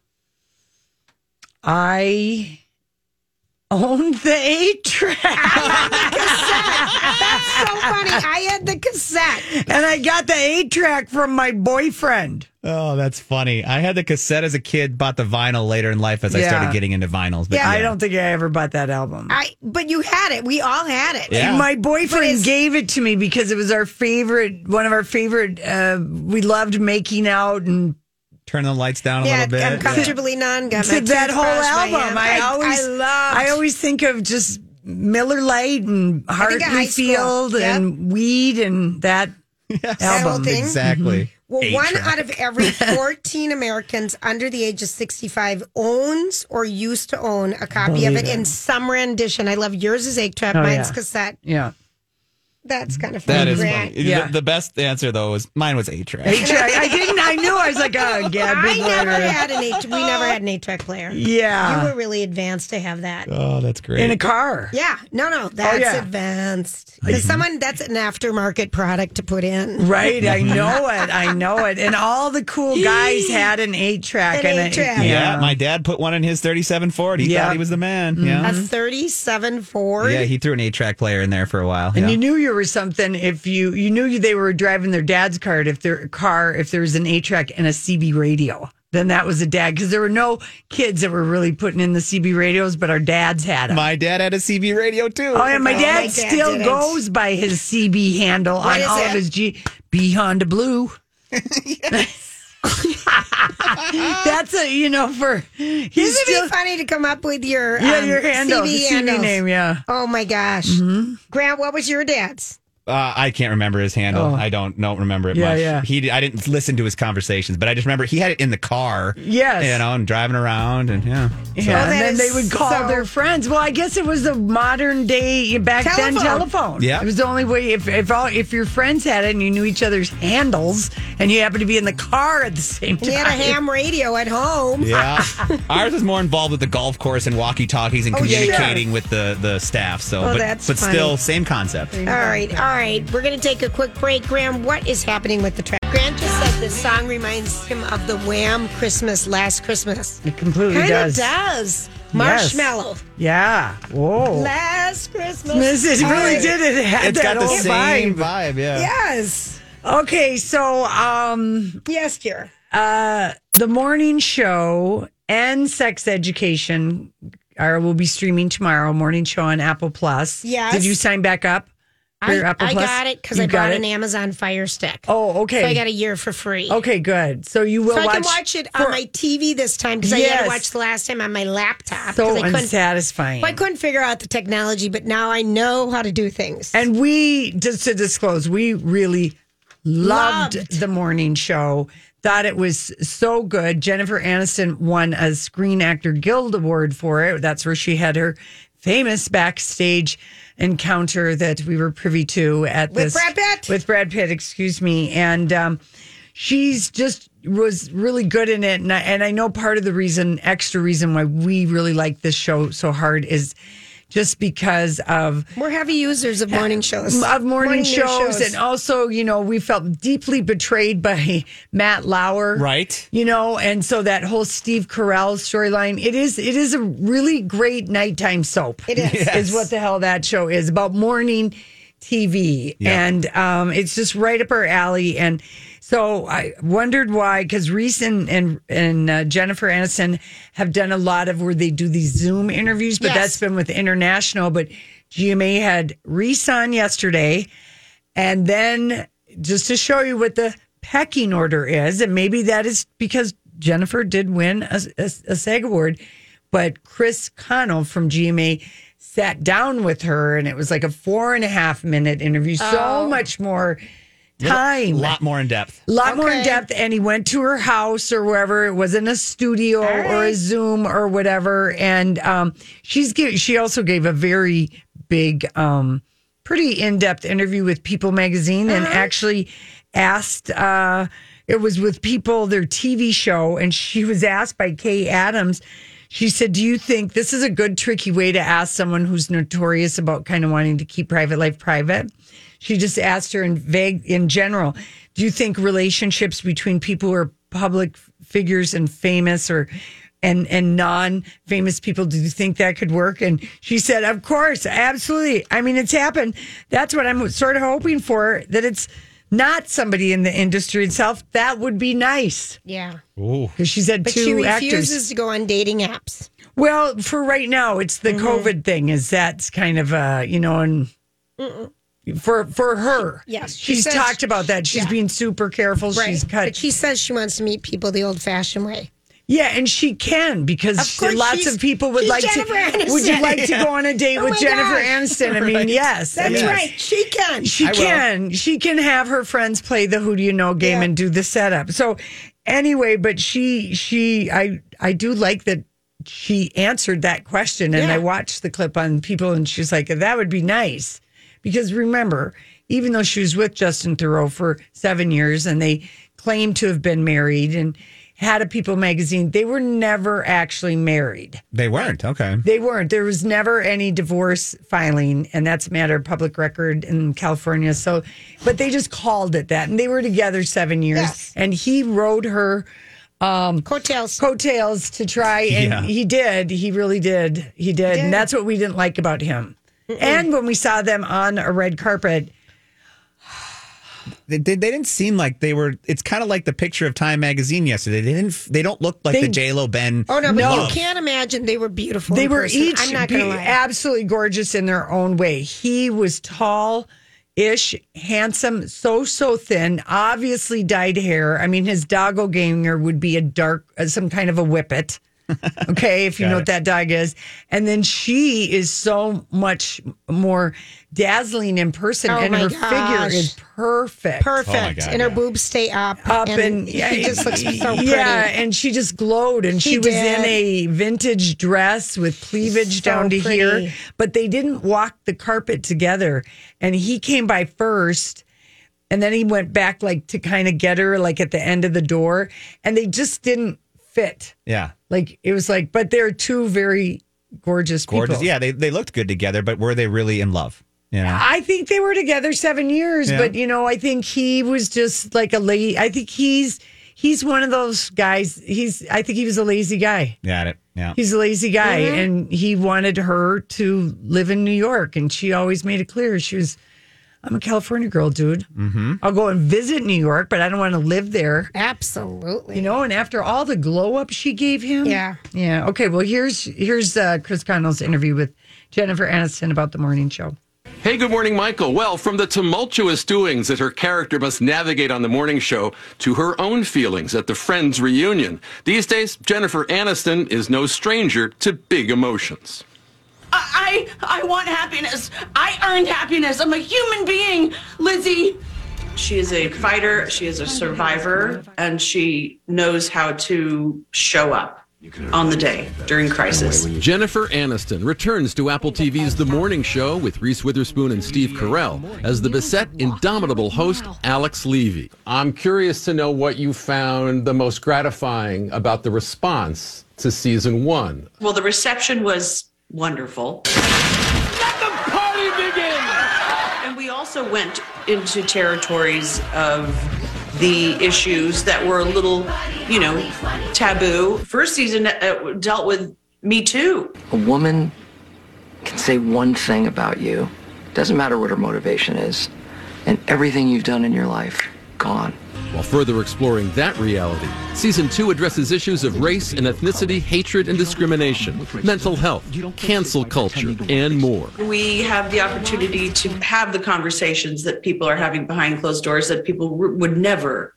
[SPEAKER 2] I owned the eight
[SPEAKER 3] [LAUGHS]
[SPEAKER 2] track.
[SPEAKER 3] So funny. I had the cassette.
[SPEAKER 2] and I got the eight track from my boyfriend.
[SPEAKER 1] Oh, that's funny. I had the cassette as a kid, bought the vinyl later in life as I
[SPEAKER 2] Yeah.
[SPEAKER 1] started getting into vinyls. But yeah,
[SPEAKER 2] I don't think I ever bought that album.
[SPEAKER 3] I but you had it. We all had it.
[SPEAKER 1] Yeah.
[SPEAKER 2] My
[SPEAKER 3] But it's-
[SPEAKER 2] boyfriend gave it to me because it was our favorite, one of our favorite. Uh, we loved making out and
[SPEAKER 1] Turn the lights down a
[SPEAKER 3] Yeah,
[SPEAKER 1] little bit.
[SPEAKER 3] I'm
[SPEAKER 1] Yeah.
[SPEAKER 3] comfortably non gun.
[SPEAKER 2] to that whole album. I, always,
[SPEAKER 3] I
[SPEAKER 2] I,
[SPEAKER 3] love
[SPEAKER 2] always think of just Miller Lite and
[SPEAKER 3] think of high
[SPEAKER 2] Hartley
[SPEAKER 3] school.
[SPEAKER 2] Field and Weed and that
[SPEAKER 3] that whole
[SPEAKER 2] album.
[SPEAKER 3] thing.
[SPEAKER 1] Exactly.
[SPEAKER 3] Well,
[SPEAKER 1] Eight
[SPEAKER 3] one
[SPEAKER 1] track.
[SPEAKER 3] out
[SPEAKER 1] [LAUGHS]
[SPEAKER 3] of every 14 Americans under the age of 65 owns or used to own a copy of it, in some rendition. I love yours is Egg Trap,
[SPEAKER 2] Oh,
[SPEAKER 3] mine's
[SPEAKER 2] yeah.
[SPEAKER 3] cassette.
[SPEAKER 2] Yeah.
[SPEAKER 3] That's kind of funny.
[SPEAKER 1] That is
[SPEAKER 3] Grant.
[SPEAKER 1] funny.
[SPEAKER 2] Yeah.
[SPEAKER 1] The, the best answer though was mine was eight track.
[SPEAKER 2] Eight track. I didn't. I knew. I was like, oh, yeah,
[SPEAKER 3] [LAUGHS] I
[SPEAKER 2] big
[SPEAKER 3] never
[SPEAKER 2] order.
[SPEAKER 3] had an eight. We never had an eight track player. You
[SPEAKER 2] Yeah.
[SPEAKER 3] were really advanced to have that.
[SPEAKER 1] Oh, that's great.
[SPEAKER 2] In a car.
[SPEAKER 3] Yeah, no, no, that's
[SPEAKER 2] Oh, yeah.
[SPEAKER 3] advanced. Because someone that's an aftermarket product to put in.
[SPEAKER 2] Right. I know it. I know it. And all the
[SPEAKER 3] [LAUGHS]
[SPEAKER 2] cool guys had an eight track.
[SPEAKER 3] An eight-track.
[SPEAKER 1] Yeah, my dad put one in his 3740. He
[SPEAKER 2] Yeah. Mm-hmm.
[SPEAKER 1] thought he was the man. Yeah.
[SPEAKER 3] A 37 Ford.
[SPEAKER 1] Yeah, he threw an eight track player in there for a while.
[SPEAKER 2] And
[SPEAKER 1] yeah.
[SPEAKER 2] you knew you were something if you you knew they were driving their dad's car if their car if there was an A track and a CB radio. Then that was a dad because there were no kids that were really putting in the CB radios, but our dads had them.
[SPEAKER 1] my dad had a CB radio too.
[SPEAKER 2] oh, and my
[SPEAKER 3] Oh,
[SPEAKER 2] dad
[SPEAKER 3] my dad
[SPEAKER 2] still
[SPEAKER 3] didn't.
[SPEAKER 2] goes by his CB handle
[SPEAKER 3] What
[SPEAKER 2] on
[SPEAKER 3] is
[SPEAKER 2] all
[SPEAKER 3] it?
[SPEAKER 2] of his G B Honda Blue. [LAUGHS]
[SPEAKER 3] [LAUGHS]
[SPEAKER 2] That's a you know for he's
[SPEAKER 3] Isn't
[SPEAKER 2] still
[SPEAKER 3] it funny to come up with your
[SPEAKER 2] yeah
[SPEAKER 3] um,
[SPEAKER 2] your handle
[SPEAKER 3] CV
[SPEAKER 2] the
[SPEAKER 3] handles?
[SPEAKER 2] CB name yeah.
[SPEAKER 3] Oh my gosh,
[SPEAKER 2] Mm-hmm.
[SPEAKER 3] Grant, what was your dad's?
[SPEAKER 1] Uh, I can't remember his handle. I don't don't remember it
[SPEAKER 2] Oh. Yeah,
[SPEAKER 1] much.
[SPEAKER 2] yeah.
[SPEAKER 1] He I didn't listen to his conversations, but I just remember he had it in the car.
[SPEAKER 2] Yes.
[SPEAKER 1] You know, and driving around and yeah. So-
[SPEAKER 2] Yeah,
[SPEAKER 3] Oh, that
[SPEAKER 2] and then
[SPEAKER 3] is
[SPEAKER 2] they would call
[SPEAKER 3] so-
[SPEAKER 2] their friends. Well, I guess it was the modern day back then
[SPEAKER 3] Telephone.
[SPEAKER 2] telephone.
[SPEAKER 1] Yeah.
[SPEAKER 2] it was the only way if if all, if your friends had it and you knew each other's handles and you happened to be in the car at the same time. [LAUGHS]
[SPEAKER 3] He had a ham radio at home.
[SPEAKER 1] Yeah. Ours is more involved with the golf course and walkie talkies and
[SPEAKER 3] Oh, yeah.
[SPEAKER 1] communicating with the, the staff. So
[SPEAKER 3] Oh,
[SPEAKER 1] but
[SPEAKER 3] that's
[SPEAKER 1] but
[SPEAKER 3] funny.
[SPEAKER 1] still same concept.
[SPEAKER 3] All right, all right, we're going to take a quick break. Graham, what is happening with the track? Grant just said this song reminds him of the Wham Christmas last Christmas.
[SPEAKER 2] It completely
[SPEAKER 3] Kind of
[SPEAKER 2] does.
[SPEAKER 3] does.
[SPEAKER 2] Yes.
[SPEAKER 3] Marshmallow.
[SPEAKER 2] Yeah. Whoa.
[SPEAKER 3] Last Christmas.
[SPEAKER 2] It really
[SPEAKER 3] I-
[SPEAKER 2] did. It had
[SPEAKER 1] It's
[SPEAKER 2] that
[SPEAKER 1] got the
[SPEAKER 2] old
[SPEAKER 1] same
[SPEAKER 2] vibe.
[SPEAKER 1] vibe, yeah.
[SPEAKER 3] Yes.
[SPEAKER 2] Okay, so um
[SPEAKER 3] Yes, dear.
[SPEAKER 2] uh the morning show and sex education are will be streaming tomorrow, morning show on Apple Plus.
[SPEAKER 3] Yes.
[SPEAKER 2] Did you sign back up? for
[SPEAKER 3] I,
[SPEAKER 2] your Apple
[SPEAKER 3] I
[SPEAKER 2] Plus?
[SPEAKER 3] got it because
[SPEAKER 2] You
[SPEAKER 3] I
[SPEAKER 2] got
[SPEAKER 3] bought
[SPEAKER 2] it?
[SPEAKER 3] an Amazon Fire Stick.
[SPEAKER 2] Oh, okay.
[SPEAKER 3] So I got a year for free.
[SPEAKER 2] Okay, good. So you will
[SPEAKER 3] so
[SPEAKER 2] watch,
[SPEAKER 3] I can watch it
[SPEAKER 2] for-
[SPEAKER 3] on my TV this time because I had
[SPEAKER 2] Yes.
[SPEAKER 3] to watch the last time on my laptop.
[SPEAKER 2] so
[SPEAKER 3] 'cause I couldn't,
[SPEAKER 2] unsatisfying.
[SPEAKER 3] well, I couldn't figure out the technology, but now I know how to do things.
[SPEAKER 2] And we, just to disclose, we really loved, the morning show. Thought it was so good. Jennifer Aniston won a Screen Actor Guild Award for it. That's where she had her famous backstage encounter that we were privy to at
[SPEAKER 3] With
[SPEAKER 2] this
[SPEAKER 3] Brad Pitt?
[SPEAKER 2] with Brad Pitt, excuse me. And um, she's just was really good in it. And I, and I know part of the reason, extra reason why we really like this show so hard is just because of
[SPEAKER 3] We're heavy users of morning shows.
[SPEAKER 2] of morning,
[SPEAKER 3] year
[SPEAKER 2] shows, and also you know we felt deeply betrayed by [LAUGHS] Matt Lauer,
[SPEAKER 1] Right.
[SPEAKER 2] You know, and so that whole Steve Carell storyline. It is it is a really great nighttime soap.
[SPEAKER 3] It is.
[SPEAKER 1] Yes.
[SPEAKER 2] is what the hell that show is about morning TV,
[SPEAKER 1] Yeah.
[SPEAKER 2] and um, it's just right up our alley. And so I wondered why because Reese and and, and uh, Jennifer Aniston have done a lot of where they do these Zoom interviews, but
[SPEAKER 3] Yes.
[SPEAKER 2] that's been with international. But GMA had Reese on yesterday. And then just to show you what the pecking order is, and maybe that is because Jennifer did win a, a, a SAG award, but Chris Connell from GMA sat down with her and it was like a four and a half minute interview. So much more
[SPEAKER 1] A
[SPEAKER 2] time.
[SPEAKER 1] lot more in depth.
[SPEAKER 2] A lot more in
[SPEAKER 3] Okay.
[SPEAKER 2] depth, and he went to her house or wherever it was in a studio or a Zoom or whatever. And um, she's gi- she also gave a very big, um, pretty in depth interview with People magazine, and actually asked. Uh, it was with People, their TV show, and she was asked by Kay Adams. She said, "Do you think this is a good tricky way to ask someone who's notorious about kind of wanting to keep private life private?" She just asked her in vague, in general, do you think relationships between people who are public figures and famous or and and non-famous people do you think that could work and she said of course absolutely i mean it's happened that's what i'm sort of hoping for that it's not somebody in the industry itself that would be nice
[SPEAKER 3] Yeah.
[SPEAKER 2] because she said
[SPEAKER 3] But
[SPEAKER 2] two
[SPEAKER 3] she
[SPEAKER 2] actors
[SPEAKER 3] refuses to go on dating apps.
[SPEAKER 2] well, for right now, it's the
[SPEAKER 3] Mm-hmm.
[SPEAKER 2] COVID thing. Is that's kind of uh, you know, and for for her,
[SPEAKER 3] Yes, she
[SPEAKER 2] she's
[SPEAKER 3] says-
[SPEAKER 2] talked about that. She's
[SPEAKER 3] yeah.
[SPEAKER 2] being super careful.
[SPEAKER 3] Right.
[SPEAKER 2] She's
[SPEAKER 3] But
[SPEAKER 2] cut,
[SPEAKER 3] she says she wants to meet people the old fashioned way.
[SPEAKER 2] yeah, and she can
[SPEAKER 3] Of
[SPEAKER 2] because she-
[SPEAKER 3] course,
[SPEAKER 2] lots
[SPEAKER 3] she's-
[SPEAKER 2] of people would
[SPEAKER 3] she's
[SPEAKER 2] like
[SPEAKER 3] Jennifer
[SPEAKER 2] to.
[SPEAKER 3] Aniston.
[SPEAKER 2] Would you like to
[SPEAKER 3] Yeah.
[SPEAKER 2] go on a date
[SPEAKER 3] [LAUGHS] Oh
[SPEAKER 2] with
[SPEAKER 3] my
[SPEAKER 2] Jennifer
[SPEAKER 3] gosh. [LAUGHS]
[SPEAKER 2] Aniston? I mean, yes,
[SPEAKER 3] That's
[SPEAKER 2] yes.
[SPEAKER 3] right. She can.
[SPEAKER 2] She
[SPEAKER 1] I will.
[SPEAKER 2] can. She can have her friends play the who do you know game
[SPEAKER 3] Yeah.
[SPEAKER 2] and do the setup. So anyway, but she she I I do like that she answered that question and
[SPEAKER 3] Yeah.
[SPEAKER 2] I watched the clip on people and she's like that would be nice because remember even though she was with Justin Thoreau for 7 years and they claimed to have been married and had a People magazine, they were never actually married.
[SPEAKER 1] They weren't. Okay.
[SPEAKER 2] They weren't. There was never any divorce filing, and that's a matter of public record in California. So, but they just called it that, and they were together seven years,
[SPEAKER 3] Yes.
[SPEAKER 2] and he rode her
[SPEAKER 3] Coattails.
[SPEAKER 2] coattails to try, and
[SPEAKER 1] Yeah.
[SPEAKER 2] he did. He really did. He did, and that's what we didn't like about him. And when we saw them on a red carpet,
[SPEAKER 1] They, they, they didn't seem like they were. It's kind of like the picture of Time magazine yesterday. They didn't. f- They don't look like
[SPEAKER 2] They-
[SPEAKER 1] the J Lo Ben.
[SPEAKER 3] oh, no, but
[SPEAKER 1] love.
[SPEAKER 3] you can't imagine they were beautiful.
[SPEAKER 2] they
[SPEAKER 3] in
[SPEAKER 2] were
[SPEAKER 3] person.
[SPEAKER 2] each
[SPEAKER 3] I'm not
[SPEAKER 2] be-
[SPEAKER 3] going to lie.
[SPEAKER 2] absolutely gorgeous in their own way. He was tall. Ish, handsome, so so thin, obviously dyed hair. I mean, his doggo ganger would be a dark, uh, some kind of a
[SPEAKER 3] [LAUGHS]
[SPEAKER 2] whippet. Okay, if you know what that dog is. And then she is so much more dazzling in person,
[SPEAKER 3] Oh
[SPEAKER 2] and
[SPEAKER 3] my
[SPEAKER 2] her
[SPEAKER 3] gosh.
[SPEAKER 2] figure is perfect
[SPEAKER 3] Perfect.
[SPEAKER 1] God,
[SPEAKER 3] and her
[SPEAKER 1] yeah.
[SPEAKER 3] boobs stay up.
[SPEAKER 2] up and,
[SPEAKER 3] she just looks so pretty.
[SPEAKER 2] yeah, and she just glowed, and she,
[SPEAKER 3] She
[SPEAKER 2] was in
[SPEAKER 3] did.
[SPEAKER 2] a vintage dress with cleavage
[SPEAKER 3] So
[SPEAKER 2] down to
[SPEAKER 3] pretty.
[SPEAKER 2] here. But they didn't walk the carpet together, and he came by first, and then he went back like to kind of get her like at the end of the door, and they just didn't fit.
[SPEAKER 1] Yeah.
[SPEAKER 2] Like it was like, but they're two very gorgeous,
[SPEAKER 1] Gorgeous.
[SPEAKER 2] people.
[SPEAKER 1] Yeah. They they looked good together, but were they really in love? You know?
[SPEAKER 2] I think they were together seven years,
[SPEAKER 1] Yeah.
[SPEAKER 2] but you know, I think he was just like a lady. I think he's he's one of those guys. He's I think he was a lazy guy.
[SPEAKER 1] Got it. Yeah.
[SPEAKER 2] He's a lazy guy,
[SPEAKER 1] Mhm.
[SPEAKER 2] and he wanted her to live in New York, and she always made it clear she was. I'm a California girl, dude.
[SPEAKER 1] Mm-hmm.
[SPEAKER 2] I'll go and visit New York, but I don't want to live there.
[SPEAKER 3] Absolutely.
[SPEAKER 2] You know, and after all the glow up she gave him.
[SPEAKER 3] Yeah.
[SPEAKER 2] Yeah. Okay. Well, here's here's uh, Chris Connell's interview with Jennifer Aniston about the morning show.
[SPEAKER 9] Hey, good morning, Michael. Well, from the tumultuous doings that her character must navigate on the morning show to her own feelings at the Friends reunion, these days, Jennifer Aniston is no stranger to big emotions.
[SPEAKER 10] I I want happiness. I earned happiness. I'm a human being, Lizzie. She is a fighter, she is a survivor, and she knows how to show up on the day during crisis.
[SPEAKER 9] Jennifer Aniston returns to Apple TV's The Morning Show with Reese Witherspoon and Steve Carell as the beset, indomitable host Alex Levy. I'm curious to know what you found the most gratifying about the response to season one.
[SPEAKER 10] Well, the reception was wonderful.
[SPEAKER 11] Party begin!
[SPEAKER 10] And we also went into territories of the issues that were a little, you know, taboo. First season uh, dealt with Me Too.
[SPEAKER 12] A woman can say one thing about you, doesn't matter what her motivation is, and everything you've done in your life, gone.
[SPEAKER 9] While further exploring that reality, season two addresses issues of race and ethnicity, hatred and discrimination, mental health, cancel culture, and more.
[SPEAKER 10] We have the opportunity to have the conversations that people are having behind closed doors that people w- would never,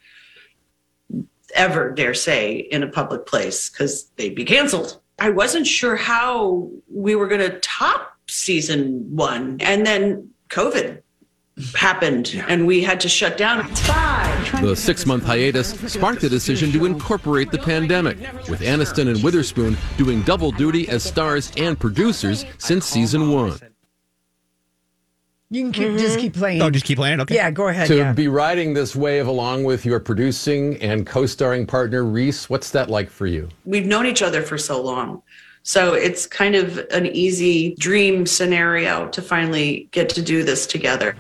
[SPEAKER 10] ever dare say in a public place because they'd be canceled. I wasn't sure how we were going to top season one. And then COVID happened and we had to shut down.
[SPEAKER 9] The six month hiatus sparked the decision to incorporate the pandemic, with Aniston and Witherspoon doing double duty as stars and producers since season one.
[SPEAKER 2] You can keep, just keep playing.
[SPEAKER 9] Oh, just keep playing? Okay.
[SPEAKER 2] Yeah. Go ahead.
[SPEAKER 9] to
[SPEAKER 2] yeah.
[SPEAKER 9] be riding this wave along with your producing and co starring partner, Reese, what's that like for you?
[SPEAKER 10] We've known each other for so long. So it's kind of an easy dream scenario to finally get to do this together.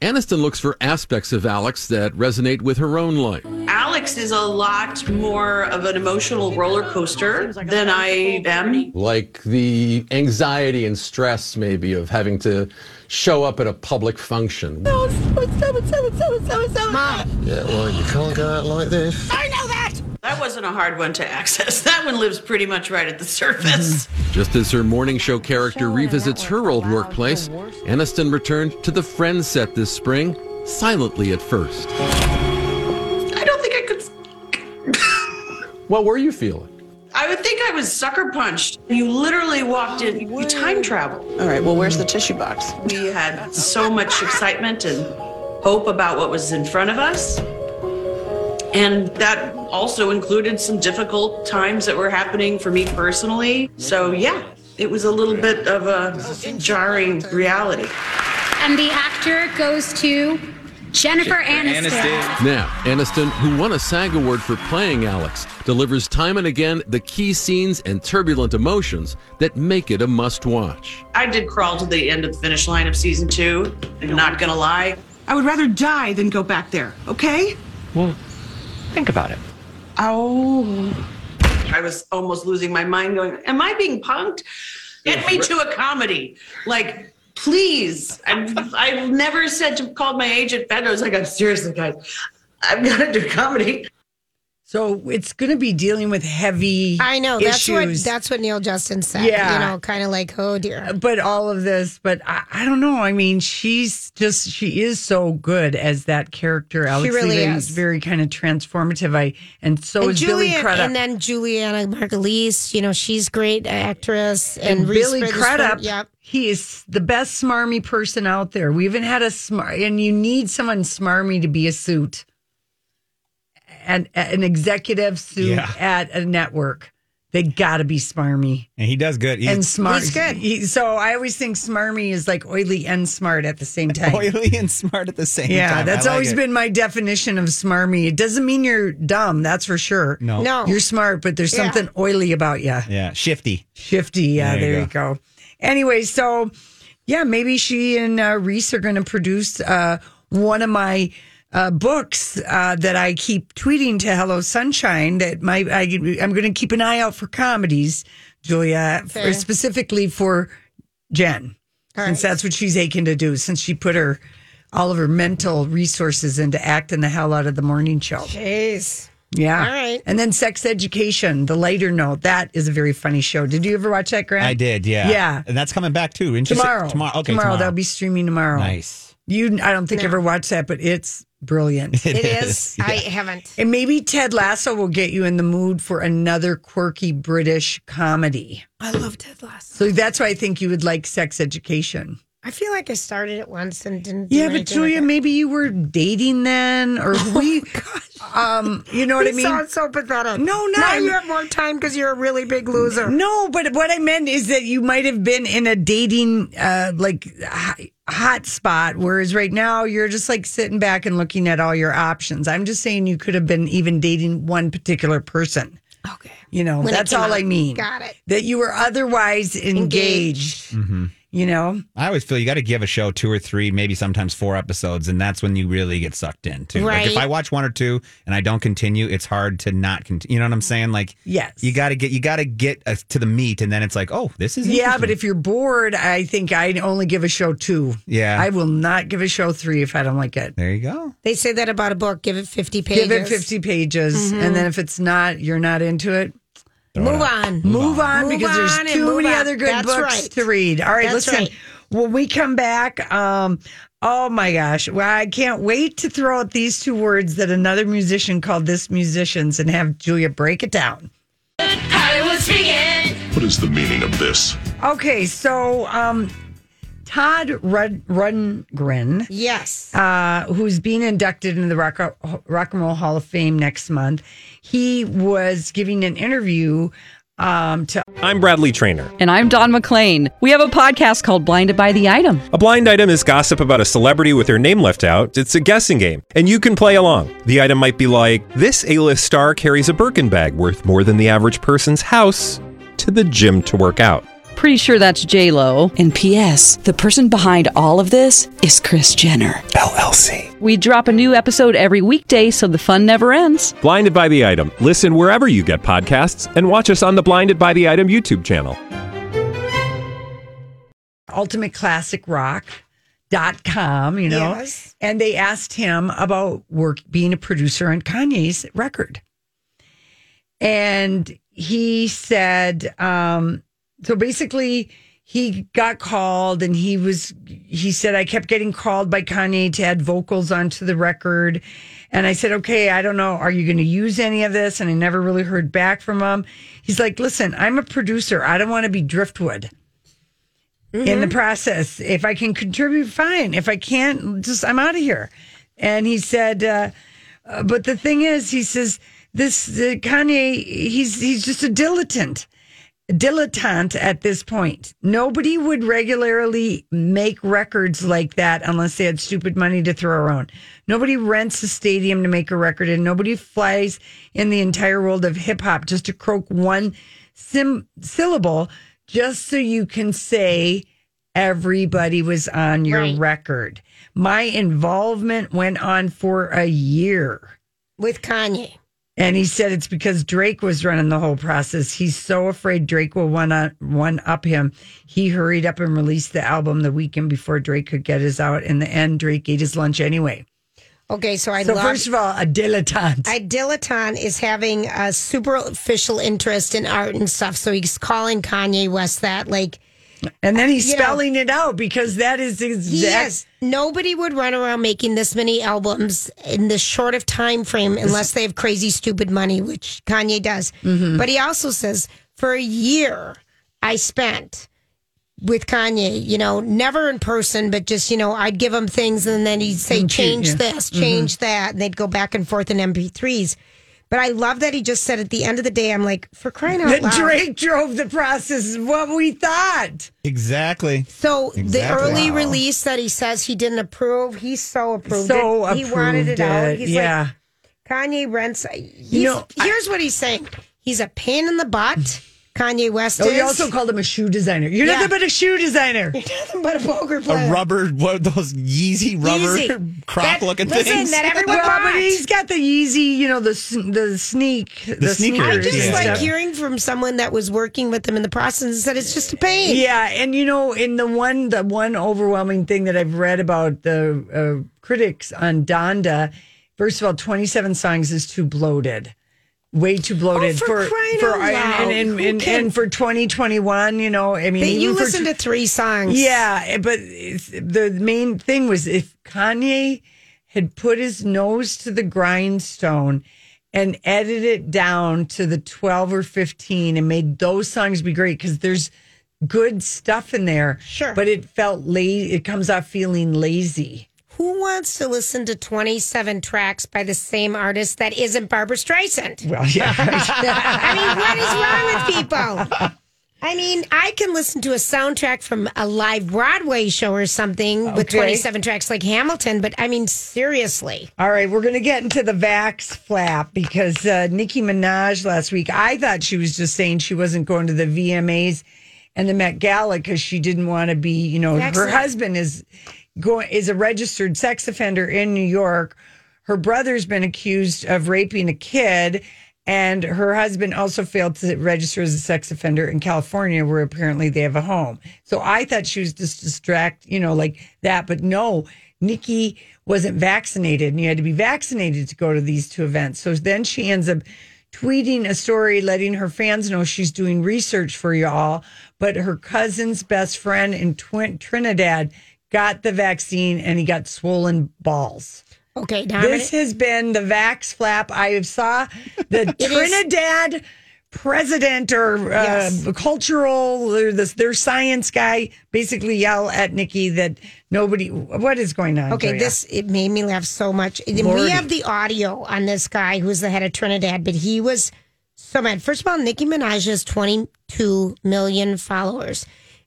[SPEAKER 9] Aniston looks for aspects of Alex that resonate with her own life.
[SPEAKER 10] Alex is a lot more of an emotional roller coaster than I am.
[SPEAKER 9] like the anxiety and stress maybe of having to show up at a public function.
[SPEAKER 11] No, seven, seven, seven, seven, seven, seven. Mom!
[SPEAKER 9] Yeah, well, you can't go out like this.
[SPEAKER 10] I know that! That wasn't a hard one to access. [LAUGHS] That one lives pretty much right at the surface.
[SPEAKER 9] Just as her morning show character revisits her old workplace, Aniston returned to the Friends set this spring, silently at first.
[SPEAKER 10] I don't think I could.
[SPEAKER 9] What were you feeling?
[SPEAKER 10] I would think I was sucker punched. You literally walked in. You time travel.
[SPEAKER 13] All right, well, where's the tissue box?
[SPEAKER 10] We had so much excitement and hope about what was in front of us. And that also included some difficult times that were happening for me personally. So, yeah, it was a little bit of a jarring reality.
[SPEAKER 14] And the actor goes to Jennifer, Aniston.
[SPEAKER 9] Now, Aniston, who won a SAG award for playing Alex, delivers time and again the key scenes and turbulent emotions that make it a must watch.
[SPEAKER 10] I did crawl to the end of the finish line of season two, not gonna lie.
[SPEAKER 13] I would rather die than go back there, okay?
[SPEAKER 10] Well,
[SPEAKER 13] Think about it. Oh.
[SPEAKER 10] I was almost losing my mind going, Am I being punked? Get me to a comedy. Like, please. I'm, I've never said to called my agent Ben. I was like, I'm seriously, guys, I've got to do comedy.
[SPEAKER 2] So it's going to be dealing with heavy.
[SPEAKER 3] I know that's
[SPEAKER 2] issues.
[SPEAKER 3] what that's what Neil Justin said.
[SPEAKER 2] Yeah.
[SPEAKER 3] you know, kind of like oh dear.
[SPEAKER 2] but all of this, but I, I don't know. I mean, she's just she is so good as that character. Alex
[SPEAKER 3] really
[SPEAKER 2] Levy
[SPEAKER 3] is.
[SPEAKER 2] very kind of transformative. I and so
[SPEAKER 3] and
[SPEAKER 2] is
[SPEAKER 3] Julia,
[SPEAKER 2] Billy Crudup.
[SPEAKER 3] and then Juliana Margulies. You know, she's great actress. And,
[SPEAKER 2] and
[SPEAKER 3] Reese
[SPEAKER 2] Billy
[SPEAKER 3] Witherspoon,
[SPEAKER 2] Crudup,
[SPEAKER 3] Yep.
[SPEAKER 2] he is the best smarmy person out there. We even had a smart, and you need someone smarmy to be a suit, and an executive suit
[SPEAKER 1] Yeah.
[SPEAKER 2] at a network. They got to be smarmy
[SPEAKER 1] And he does good. He's-
[SPEAKER 2] and smart. He- so I always think smarmy is like oily and smart at the same time.
[SPEAKER 1] Oily and smart at the same
[SPEAKER 2] yeah,
[SPEAKER 1] time.
[SPEAKER 2] that's
[SPEAKER 1] I like
[SPEAKER 2] always
[SPEAKER 1] it.
[SPEAKER 2] been my definition of smarmy. It doesn't mean you're dumb, that's for sure.
[SPEAKER 1] No.
[SPEAKER 3] Oh.
[SPEAKER 1] No.
[SPEAKER 2] You're smart, but there's
[SPEAKER 1] Yeah.
[SPEAKER 2] something oily about you.
[SPEAKER 1] Yeah, shifty.
[SPEAKER 2] Shifty. Yeah, there, you go. Anyway, so Yeah, maybe she and uh, Reese are going to produce uh, one of my uh, books uh, that I keep tweeting to Hello Sunshine. That my I, I'm going to keep an eye out for comedies, Julia,
[SPEAKER 3] Fair.
[SPEAKER 2] for, specifically for Jen, since that's what she's aching to do. Since she put her all of her mental resources into acting the hell out of the morning show.
[SPEAKER 3] Jeez.
[SPEAKER 2] Yeah.
[SPEAKER 3] All right.
[SPEAKER 2] And then Sex Education, the lighter note. That is a very funny show. Did you ever watch that, Grant?
[SPEAKER 1] I did, yeah.
[SPEAKER 2] Yeah.
[SPEAKER 1] And that's coming back too. Interesting.
[SPEAKER 2] Tomorrow.
[SPEAKER 1] Tomorrow. Okay.
[SPEAKER 2] Tomorrow.
[SPEAKER 1] Tomorrow.
[SPEAKER 2] That'll be streaming tomorrow.
[SPEAKER 1] Nice.
[SPEAKER 2] You, I don't think you ever watched that, but it's
[SPEAKER 1] [LAUGHS]
[SPEAKER 2] brilliant.
[SPEAKER 3] It is. I haven't.
[SPEAKER 2] And maybe Ted Lasso will get you in the mood for another quirky British comedy.
[SPEAKER 3] I love Ted Lasso.
[SPEAKER 2] So that's why I think you would like Sex Education.
[SPEAKER 3] I feel like I started it once and didn't. do
[SPEAKER 2] Yeah, but
[SPEAKER 3] anything with
[SPEAKER 2] Julia,
[SPEAKER 3] it.
[SPEAKER 2] maybe you were dating then,
[SPEAKER 3] [LAUGHS]
[SPEAKER 2] or we,
[SPEAKER 3] Oh,
[SPEAKER 2] um, you know what I
[SPEAKER 3] You
[SPEAKER 2] mean?
[SPEAKER 3] sound so pathetic.
[SPEAKER 2] No, no,
[SPEAKER 3] Now
[SPEAKER 2] I'm- Mm-hmm.
[SPEAKER 3] you have more time because you're a really big loser.
[SPEAKER 2] No, but what I meant is that you might have been in a dating uh, like h- hot spot, whereas right now you're just like sitting back and looking at all your options. I'm just saying you could have been even dating one particular person. Okay, you know
[SPEAKER 3] When it
[SPEAKER 2] that's
[SPEAKER 3] came
[SPEAKER 2] all I
[SPEAKER 3] out.
[SPEAKER 2] mean.
[SPEAKER 3] Got it.
[SPEAKER 2] That you were otherwise engaged.
[SPEAKER 1] Mm-hmm.
[SPEAKER 2] You know,
[SPEAKER 1] I always feel you got to give a show two or three, maybe sometimes four episodes, and that's when you really get sucked in too. Like if
[SPEAKER 3] Right.
[SPEAKER 1] I watch one or two and I don't continue, it's hard to not continue. You know what I'm saying? Like
[SPEAKER 2] Yes.
[SPEAKER 1] you got to get you got to get uh, to the meat, and then it's like, oh, this is
[SPEAKER 2] yeah.
[SPEAKER 1] interesting.
[SPEAKER 2] But if you're bored, I think I'd only give a show two.
[SPEAKER 1] Yeah.
[SPEAKER 2] I will not give a show three if I don't like it.
[SPEAKER 1] there you go.
[SPEAKER 3] They say that about a book. Give it 50 pages. Mm-hmm.
[SPEAKER 2] Give it 50 pages. And then if it's not, you're not into it,
[SPEAKER 3] Move on.
[SPEAKER 2] move on
[SPEAKER 3] Move
[SPEAKER 2] because
[SPEAKER 3] on
[SPEAKER 2] there's
[SPEAKER 3] and
[SPEAKER 2] too
[SPEAKER 3] move
[SPEAKER 2] many
[SPEAKER 3] on.
[SPEAKER 2] other good
[SPEAKER 3] That's
[SPEAKER 2] books
[SPEAKER 3] right.
[SPEAKER 2] to read. All right,
[SPEAKER 3] That's
[SPEAKER 2] listen.
[SPEAKER 3] right.
[SPEAKER 2] When we come back, um, oh my gosh, well, I can't wait to throw out these two words that another musician called this musicians and have Julia break it down.
[SPEAKER 11] Hollywood's vegan.
[SPEAKER 15] What is the meaning of this?
[SPEAKER 2] Okay, so um, Todd Rud- Rundgren,
[SPEAKER 3] yes,
[SPEAKER 2] uh, who's being inducted into the Rock, Rock and Roll Hall of Fame next month, he was giving an interview um, to
[SPEAKER 16] I'm Bradley Trainer.
[SPEAKER 17] And I'm Don McClain. We have a podcast called Blinded by the Item.
[SPEAKER 16] A blind item is gossip about a celebrity with their name left out. It's a guessing game, and you can play along. The item might be like this: A-list star carries a Birkin bag worth more than the average person's house to the gym to work out.
[SPEAKER 17] Pretty sure that's J Lo. And P.S. The person behind all of this is Chris Jenner LLC. We drop a new episode every weekday, so the fun never ends.
[SPEAKER 16] Blinded by the item. Listen wherever you get podcasts, and watch us on the Blinded by the Item YouTube channel.
[SPEAKER 2] ultimateclassicrock.com, you know,
[SPEAKER 3] Yes.
[SPEAKER 2] and they asked him about work being a producer on Kanye's record. And he said, um, so basically he got called and he was he said I kept getting called by Kanye to add vocals onto the record. And I said, Okay, I don't know, are you gonna use any of this? And I never really heard back from him. He's like, Listen, I'm a producer. I don't wanna be driftwood in the process. If I can contribute, fine. If I can't, just I'm out of here. And he said, uh, uh, but the thing is, he says this uh, Kanye. He's he's just a dilettante, dilettante at this point. Nobody would regularly make records like that unless they had stupid money to throw around. Nobody rents a stadium to make a record, and nobody flies in the entire world of hip hop just to croak one sim- syllable just so you can say everybody was on your record. My involvement went on for a year.
[SPEAKER 3] with Kanye.
[SPEAKER 2] And he said it's because Drake was running the whole process. He's so afraid Drake will one up, one up him. He hurried up and released the album the weekend before Drake could get his out. In the end, Drake ate his lunch anyway.
[SPEAKER 3] Okay, so I
[SPEAKER 2] so
[SPEAKER 3] love.
[SPEAKER 2] first of all, a dilettante.
[SPEAKER 3] I dilettante is having a superficial interest in art and stuff, so he's calling Kanye West that like.
[SPEAKER 2] and then he's
[SPEAKER 3] you know,
[SPEAKER 2] spelling it out because that is exact.
[SPEAKER 3] He is. Nobody would run around making this many albums in this short of time frame unless they have crazy stupid money, which Kanye does.
[SPEAKER 18] Mm-hmm.
[SPEAKER 3] But he also says, for a year, I spent with Kanye, you know, never in person, but just, you know, I'd give him things and then he'd say,
[SPEAKER 18] Mm, shoot,
[SPEAKER 3] change
[SPEAKER 18] yeah.
[SPEAKER 3] this, change that. And they'd go back and forth in MP3s. But I love that he just said at the end of the day, I'm like, for crying
[SPEAKER 2] [LAUGHS]
[SPEAKER 3] out
[SPEAKER 2] That
[SPEAKER 3] loud.
[SPEAKER 2] Drake drove the process is what we thought.
[SPEAKER 1] Exactly.
[SPEAKER 3] So the
[SPEAKER 1] Exactly.
[SPEAKER 3] early
[SPEAKER 1] Wow.
[SPEAKER 3] release that he says he didn't approve, he so approved
[SPEAKER 2] So
[SPEAKER 3] it. he wanted it,
[SPEAKER 2] approved
[SPEAKER 3] out.
[SPEAKER 2] it,
[SPEAKER 3] He's
[SPEAKER 2] yeah.
[SPEAKER 3] like Kanye rents. He's,
[SPEAKER 2] You know,
[SPEAKER 3] here's what he's saying. He's a pain in the butt. Kanye West
[SPEAKER 2] Oh,
[SPEAKER 3] is.
[SPEAKER 2] you also called him a shoe designer. You're
[SPEAKER 3] Yeah.
[SPEAKER 2] nothing but a shoe designer.
[SPEAKER 3] You're nothing [LAUGHS] but a poker player.
[SPEAKER 1] A rubber, what are those Yeezy rubber
[SPEAKER 3] Yeezy.
[SPEAKER 1] [LAUGHS] crop
[SPEAKER 3] That-
[SPEAKER 1] looking
[SPEAKER 3] listen,
[SPEAKER 1] things.
[SPEAKER 3] that everyone
[SPEAKER 2] Well, but
[SPEAKER 3] bought.
[SPEAKER 2] he's got the Yeezy, you know, the sn- the sneak, the,
[SPEAKER 1] sneakers,
[SPEAKER 2] sneakers.
[SPEAKER 3] I just
[SPEAKER 2] and
[SPEAKER 3] like
[SPEAKER 2] stuff.
[SPEAKER 3] hearing from someone that was working with them in the process and said it's just a pain.
[SPEAKER 2] Yeah, and you know, in the one the one overwhelming thing that I've read about the uh, critics on Donda, first of all, twenty seven songs is too bloated, way too bloated
[SPEAKER 3] Oh, for crying out
[SPEAKER 2] and, and,
[SPEAKER 3] loud.
[SPEAKER 2] and,
[SPEAKER 3] Who
[SPEAKER 2] and,
[SPEAKER 3] can-
[SPEAKER 2] and for twenty twenty one. You know, I mean,
[SPEAKER 3] They- you
[SPEAKER 2] even for
[SPEAKER 3] listen
[SPEAKER 2] tw-
[SPEAKER 3] to three songs.
[SPEAKER 2] yeah, eh, but it's- the main thing was if Kanye had put his nose to the grindstone and edited it down to the 12 or 15 and made those songs be great because there's good stuff in there. Sure. But it felt lazy. It comes off feeling lazy.
[SPEAKER 3] Who wants to listen to 27 tracks by the same artist that isn't Barbara Streisand?
[SPEAKER 2] Well,
[SPEAKER 3] [LAUGHS]
[SPEAKER 2] yeah.
[SPEAKER 3] I mean, what is wrong with people? I mean, I can listen to a soundtrack from a live Broadway show or something with
[SPEAKER 2] Okay.
[SPEAKER 3] 27 tracks like Hamilton, but I mean, seriously.
[SPEAKER 2] All right, we're going to get into the vax flap because uh, Nicki Minaj last week, I thought she was just saying she wasn't going to the VMAs and the Met Gala because she didn't want to be, you know,
[SPEAKER 3] Excellent.
[SPEAKER 2] her husband is going is a registered sex offender in New York. Her brother's been accused of raping a kid, and her husband also failed to register as a sex offender in California, where apparently they have a home. So I thought she was just distract, you know, like that. But no, Nikki wasn't vaccinated, and you had to be vaccinated to go to these two events. So then she ends up tweeting a story letting her fans know she's doing research for y'all, but her cousin's best friend in Twin Trinidad got the vaccine and he got swollen balls.
[SPEAKER 3] Okay, now I'm
[SPEAKER 2] This has been the vax flap. I saw
[SPEAKER 3] [LAUGHS]
[SPEAKER 2] the
[SPEAKER 3] is-
[SPEAKER 2] Trinidad president or uh,
[SPEAKER 3] Yes.
[SPEAKER 2] cultural or this their science guy basically yell at Nikki that nobody what is going on.
[SPEAKER 3] Okay,
[SPEAKER 2] Julia?
[SPEAKER 3] this it made me laugh so much. And
[SPEAKER 2] Lordy.
[SPEAKER 3] We have the audio on this guy who's the head of Trinidad, but he was so mad. First of all, Nicki Minaj has 22 million followers,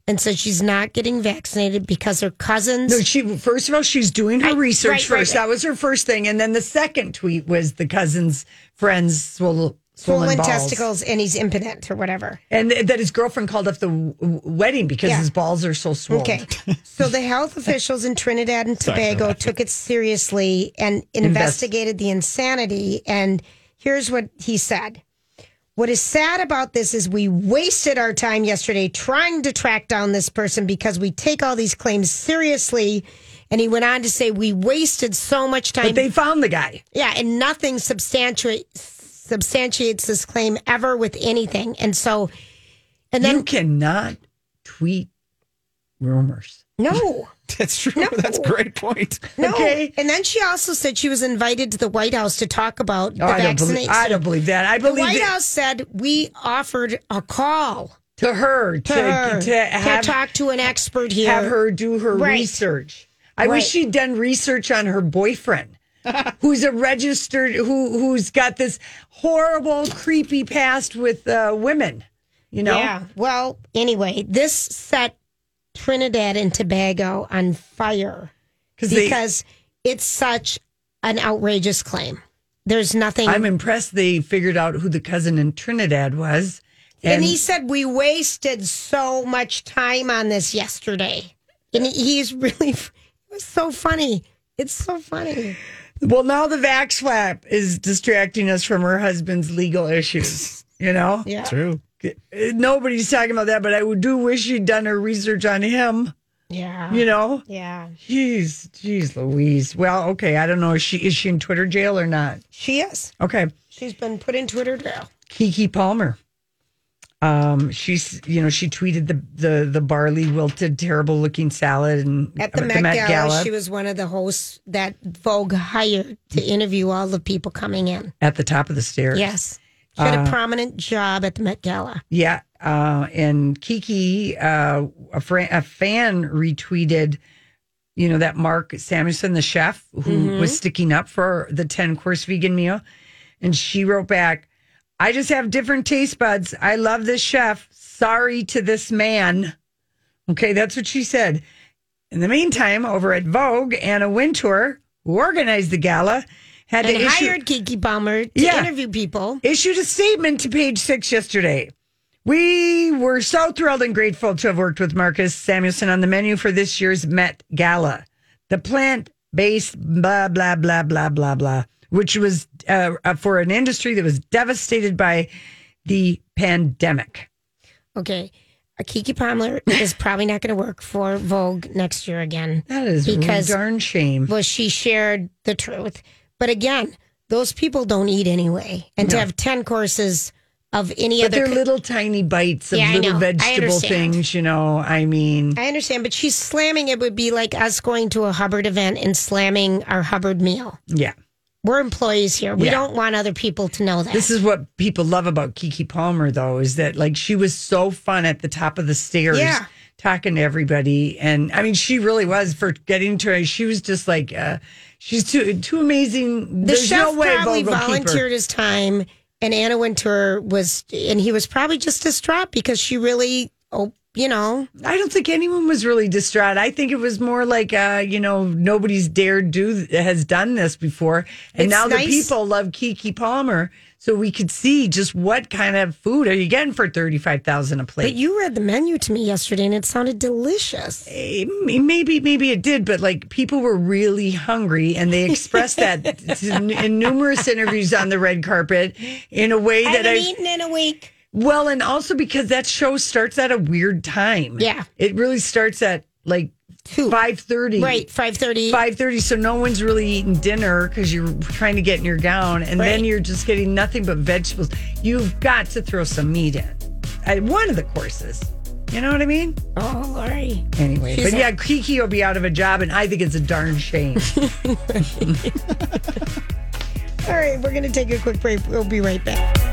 [SPEAKER 3] and so she's not getting vaccinated because her cousins.
[SPEAKER 2] No, she first of all she's doing her
[SPEAKER 3] Right,
[SPEAKER 2] research
[SPEAKER 3] right, right,
[SPEAKER 2] first.
[SPEAKER 3] right.
[SPEAKER 2] That was her first thing, and then the second tweet was the cousin's friend's swollen, swollen,
[SPEAKER 3] swollen
[SPEAKER 2] balls.
[SPEAKER 3] testicles, and he's impotent or whatever.
[SPEAKER 2] and th- that his girlfriend called off the w- w- wedding because
[SPEAKER 3] Yeah.
[SPEAKER 2] his balls are so swollen.
[SPEAKER 3] Okay, so the health officials in Trinidad and
[SPEAKER 2] Sorry for
[SPEAKER 3] Tobago took it seriously and investigated the insanity. And here's what he said. What is sad about this is we wasted our time yesterday trying to track down this person because we take all these claims seriously. And he went on to say, We wasted so much time.
[SPEAKER 2] But they found the guy.
[SPEAKER 3] yeah, and nothing substantiate, substantiates this claim ever with anything. And so, and then,
[SPEAKER 2] you cannot tweet rumors.
[SPEAKER 3] no.
[SPEAKER 1] [LAUGHS] That's true. That's a great point.
[SPEAKER 3] No.
[SPEAKER 2] Okay.
[SPEAKER 3] And then she also said she was invited to the White House to talk about
[SPEAKER 2] Oh,
[SPEAKER 3] the
[SPEAKER 2] I don't believe.
[SPEAKER 3] vaccination.
[SPEAKER 2] I don't believe that. I
[SPEAKER 3] the
[SPEAKER 2] believe
[SPEAKER 3] White
[SPEAKER 2] that-
[SPEAKER 3] House said we offered a call
[SPEAKER 2] to her
[SPEAKER 3] to,
[SPEAKER 2] to,
[SPEAKER 3] her
[SPEAKER 2] to have
[SPEAKER 3] talk to an expert here.
[SPEAKER 2] have her do her
[SPEAKER 3] Right.
[SPEAKER 2] research. I wish
[SPEAKER 3] Right.
[SPEAKER 2] she'd done research on her
[SPEAKER 3] [LAUGHS]
[SPEAKER 2] boyfriend, who's a registered who who's got this horrible, creepy past with uh, women. You know,
[SPEAKER 3] Yeah. Well, anyway, this set Trinidad and Tobago on fire
[SPEAKER 2] 'Cause they-
[SPEAKER 3] because it's such an outrageous claim. There's nothing.
[SPEAKER 2] I'm impressed they figured out who the cousin in Trinidad was.
[SPEAKER 3] And, he said we wasted so much time on this yesterday. And he- he's really [LAUGHS] it was so funny. It's so funny.
[SPEAKER 2] Well, now the vax flap is distracting us from her husband's legal issues. You know, eh,
[SPEAKER 3] Yeah.
[SPEAKER 1] True.
[SPEAKER 2] nobody's talking about that, but I would do wish she'd done her research on him.
[SPEAKER 3] Yeah.
[SPEAKER 2] You know,
[SPEAKER 3] Yeah.
[SPEAKER 2] jeez, jeez, Louise. Well, okay, I don't know. Is she is she in Twitter jail or not?
[SPEAKER 3] She is.
[SPEAKER 2] Okay,
[SPEAKER 3] She's been put in Twitter jail.
[SPEAKER 2] Kiki Palmer. Um, she's you know she tweeted the the the barley wilted terrible looking salad and
[SPEAKER 3] At the, Met, Gala, she was one of the hosts that Vogue hired to interview all the people coming in.
[SPEAKER 2] at the top of the stairs.
[SPEAKER 3] Yes. She had
[SPEAKER 2] Uh,
[SPEAKER 3] a prominent job at the Met Gala.
[SPEAKER 2] Yeah. Uh, and Kiki, uh, a, fr- a fan retweeted, you know, that Mark Samuelson, the chef who
[SPEAKER 3] Mhm.
[SPEAKER 2] was sticking up for the 10 course vegan meal. And she wrote back, I just have different taste buds. I love this chef. Sorry to this man. Okay. That's what she said. In the meantime, over at Vogue, Anna Wintour, who organized the gala, had
[SPEAKER 3] And
[SPEAKER 2] to issue-
[SPEAKER 3] hired Kiki Palmer to
[SPEAKER 2] Yeah.
[SPEAKER 3] interview people.
[SPEAKER 2] issued a statement to page six yesterday. We were so thrilled and grateful to have worked with Marcus Samuelson on the menu for this year's Met Gala. The plant based blah, blah, blah, blah, blah, blah, which was uh, uh, for an industry that was devastated by the pandemic.
[SPEAKER 3] Okay. Kiki Palmer is probably not going to work for Vogue next year again.
[SPEAKER 2] That is a darn shame.
[SPEAKER 3] Well, she shared the truth. But again, those people don't eat anyway. And to
[SPEAKER 2] No.
[SPEAKER 3] have 10 courses of any
[SPEAKER 2] but
[SPEAKER 3] other
[SPEAKER 2] they're
[SPEAKER 3] co-
[SPEAKER 2] little tiny bites of
[SPEAKER 3] Yeah, I know.
[SPEAKER 2] little
[SPEAKER 3] I
[SPEAKER 2] vegetable
[SPEAKER 3] understand.
[SPEAKER 2] things, you know. I mean,
[SPEAKER 3] I understand, but she's slamming it would be like us going to a Hubbard event and slamming our Hubbard meal.
[SPEAKER 2] yeah.
[SPEAKER 3] We're employees here. We
[SPEAKER 2] Yeah.
[SPEAKER 3] don't want other people to know that.
[SPEAKER 2] This is what people love about Kiki Palmer, though, is that like she was so fun at the top of the stairs,
[SPEAKER 3] Yeah.
[SPEAKER 2] talking to everybody, and I mean, she really was for getting to her. She was just like, uh, she's too too amazing.
[SPEAKER 3] the
[SPEAKER 2] There's
[SPEAKER 3] chef
[SPEAKER 2] no way
[SPEAKER 3] probably
[SPEAKER 2] Vogel keep her.
[SPEAKER 3] volunteered his time, and Anna Wintour was, and he was probably just distraught because she really, oh, you know,
[SPEAKER 2] I don't think anyone was really distraught. I think it was more like, uh, you know, nobody's dared do has done this before, and
[SPEAKER 3] It's
[SPEAKER 2] now
[SPEAKER 3] nice.
[SPEAKER 2] the people love Kiki Palmer, so we could see just what kind of food are you getting for thirty five thousand a
[SPEAKER 3] But
[SPEAKER 2] plate.
[SPEAKER 3] you read the menu to me yesterday, and it sounded delicious.
[SPEAKER 2] Eh, maybe maybe it did, but like people were really hungry, and they expressed
[SPEAKER 3] [LAUGHS]
[SPEAKER 2] that in in numerous interviews on the red carpet in a way
[SPEAKER 3] I
[SPEAKER 2] that
[SPEAKER 3] haven't
[SPEAKER 2] I
[SPEAKER 3] eaten in a week.
[SPEAKER 2] Well, and also because that show starts at a weird time.
[SPEAKER 3] Yeah.
[SPEAKER 2] it really starts at like five thirty.
[SPEAKER 3] Right, 5:30.
[SPEAKER 2] Five thirty. So no one's really eating dinner because you're trying to get in your gown, and then
[SPEAKER 3] Right.
[SPEAKER 2] you're just getting nothing but vegetables. You've got to throw some meat in at one of the courses. You know what I mean?
[SPEAKER 3] Oh, Lori.
[SPEAKER 2] Anyway,
[SPEAKER 3] She's
[SPEAKER 2] but
[SPEAKER 3] a-
[SPEAKER 2] yeah, Kiki will be out of a job, and I think it's a darn shame.
[SPEAKER 3] All right, we're going to take a quick break. We'll be right back.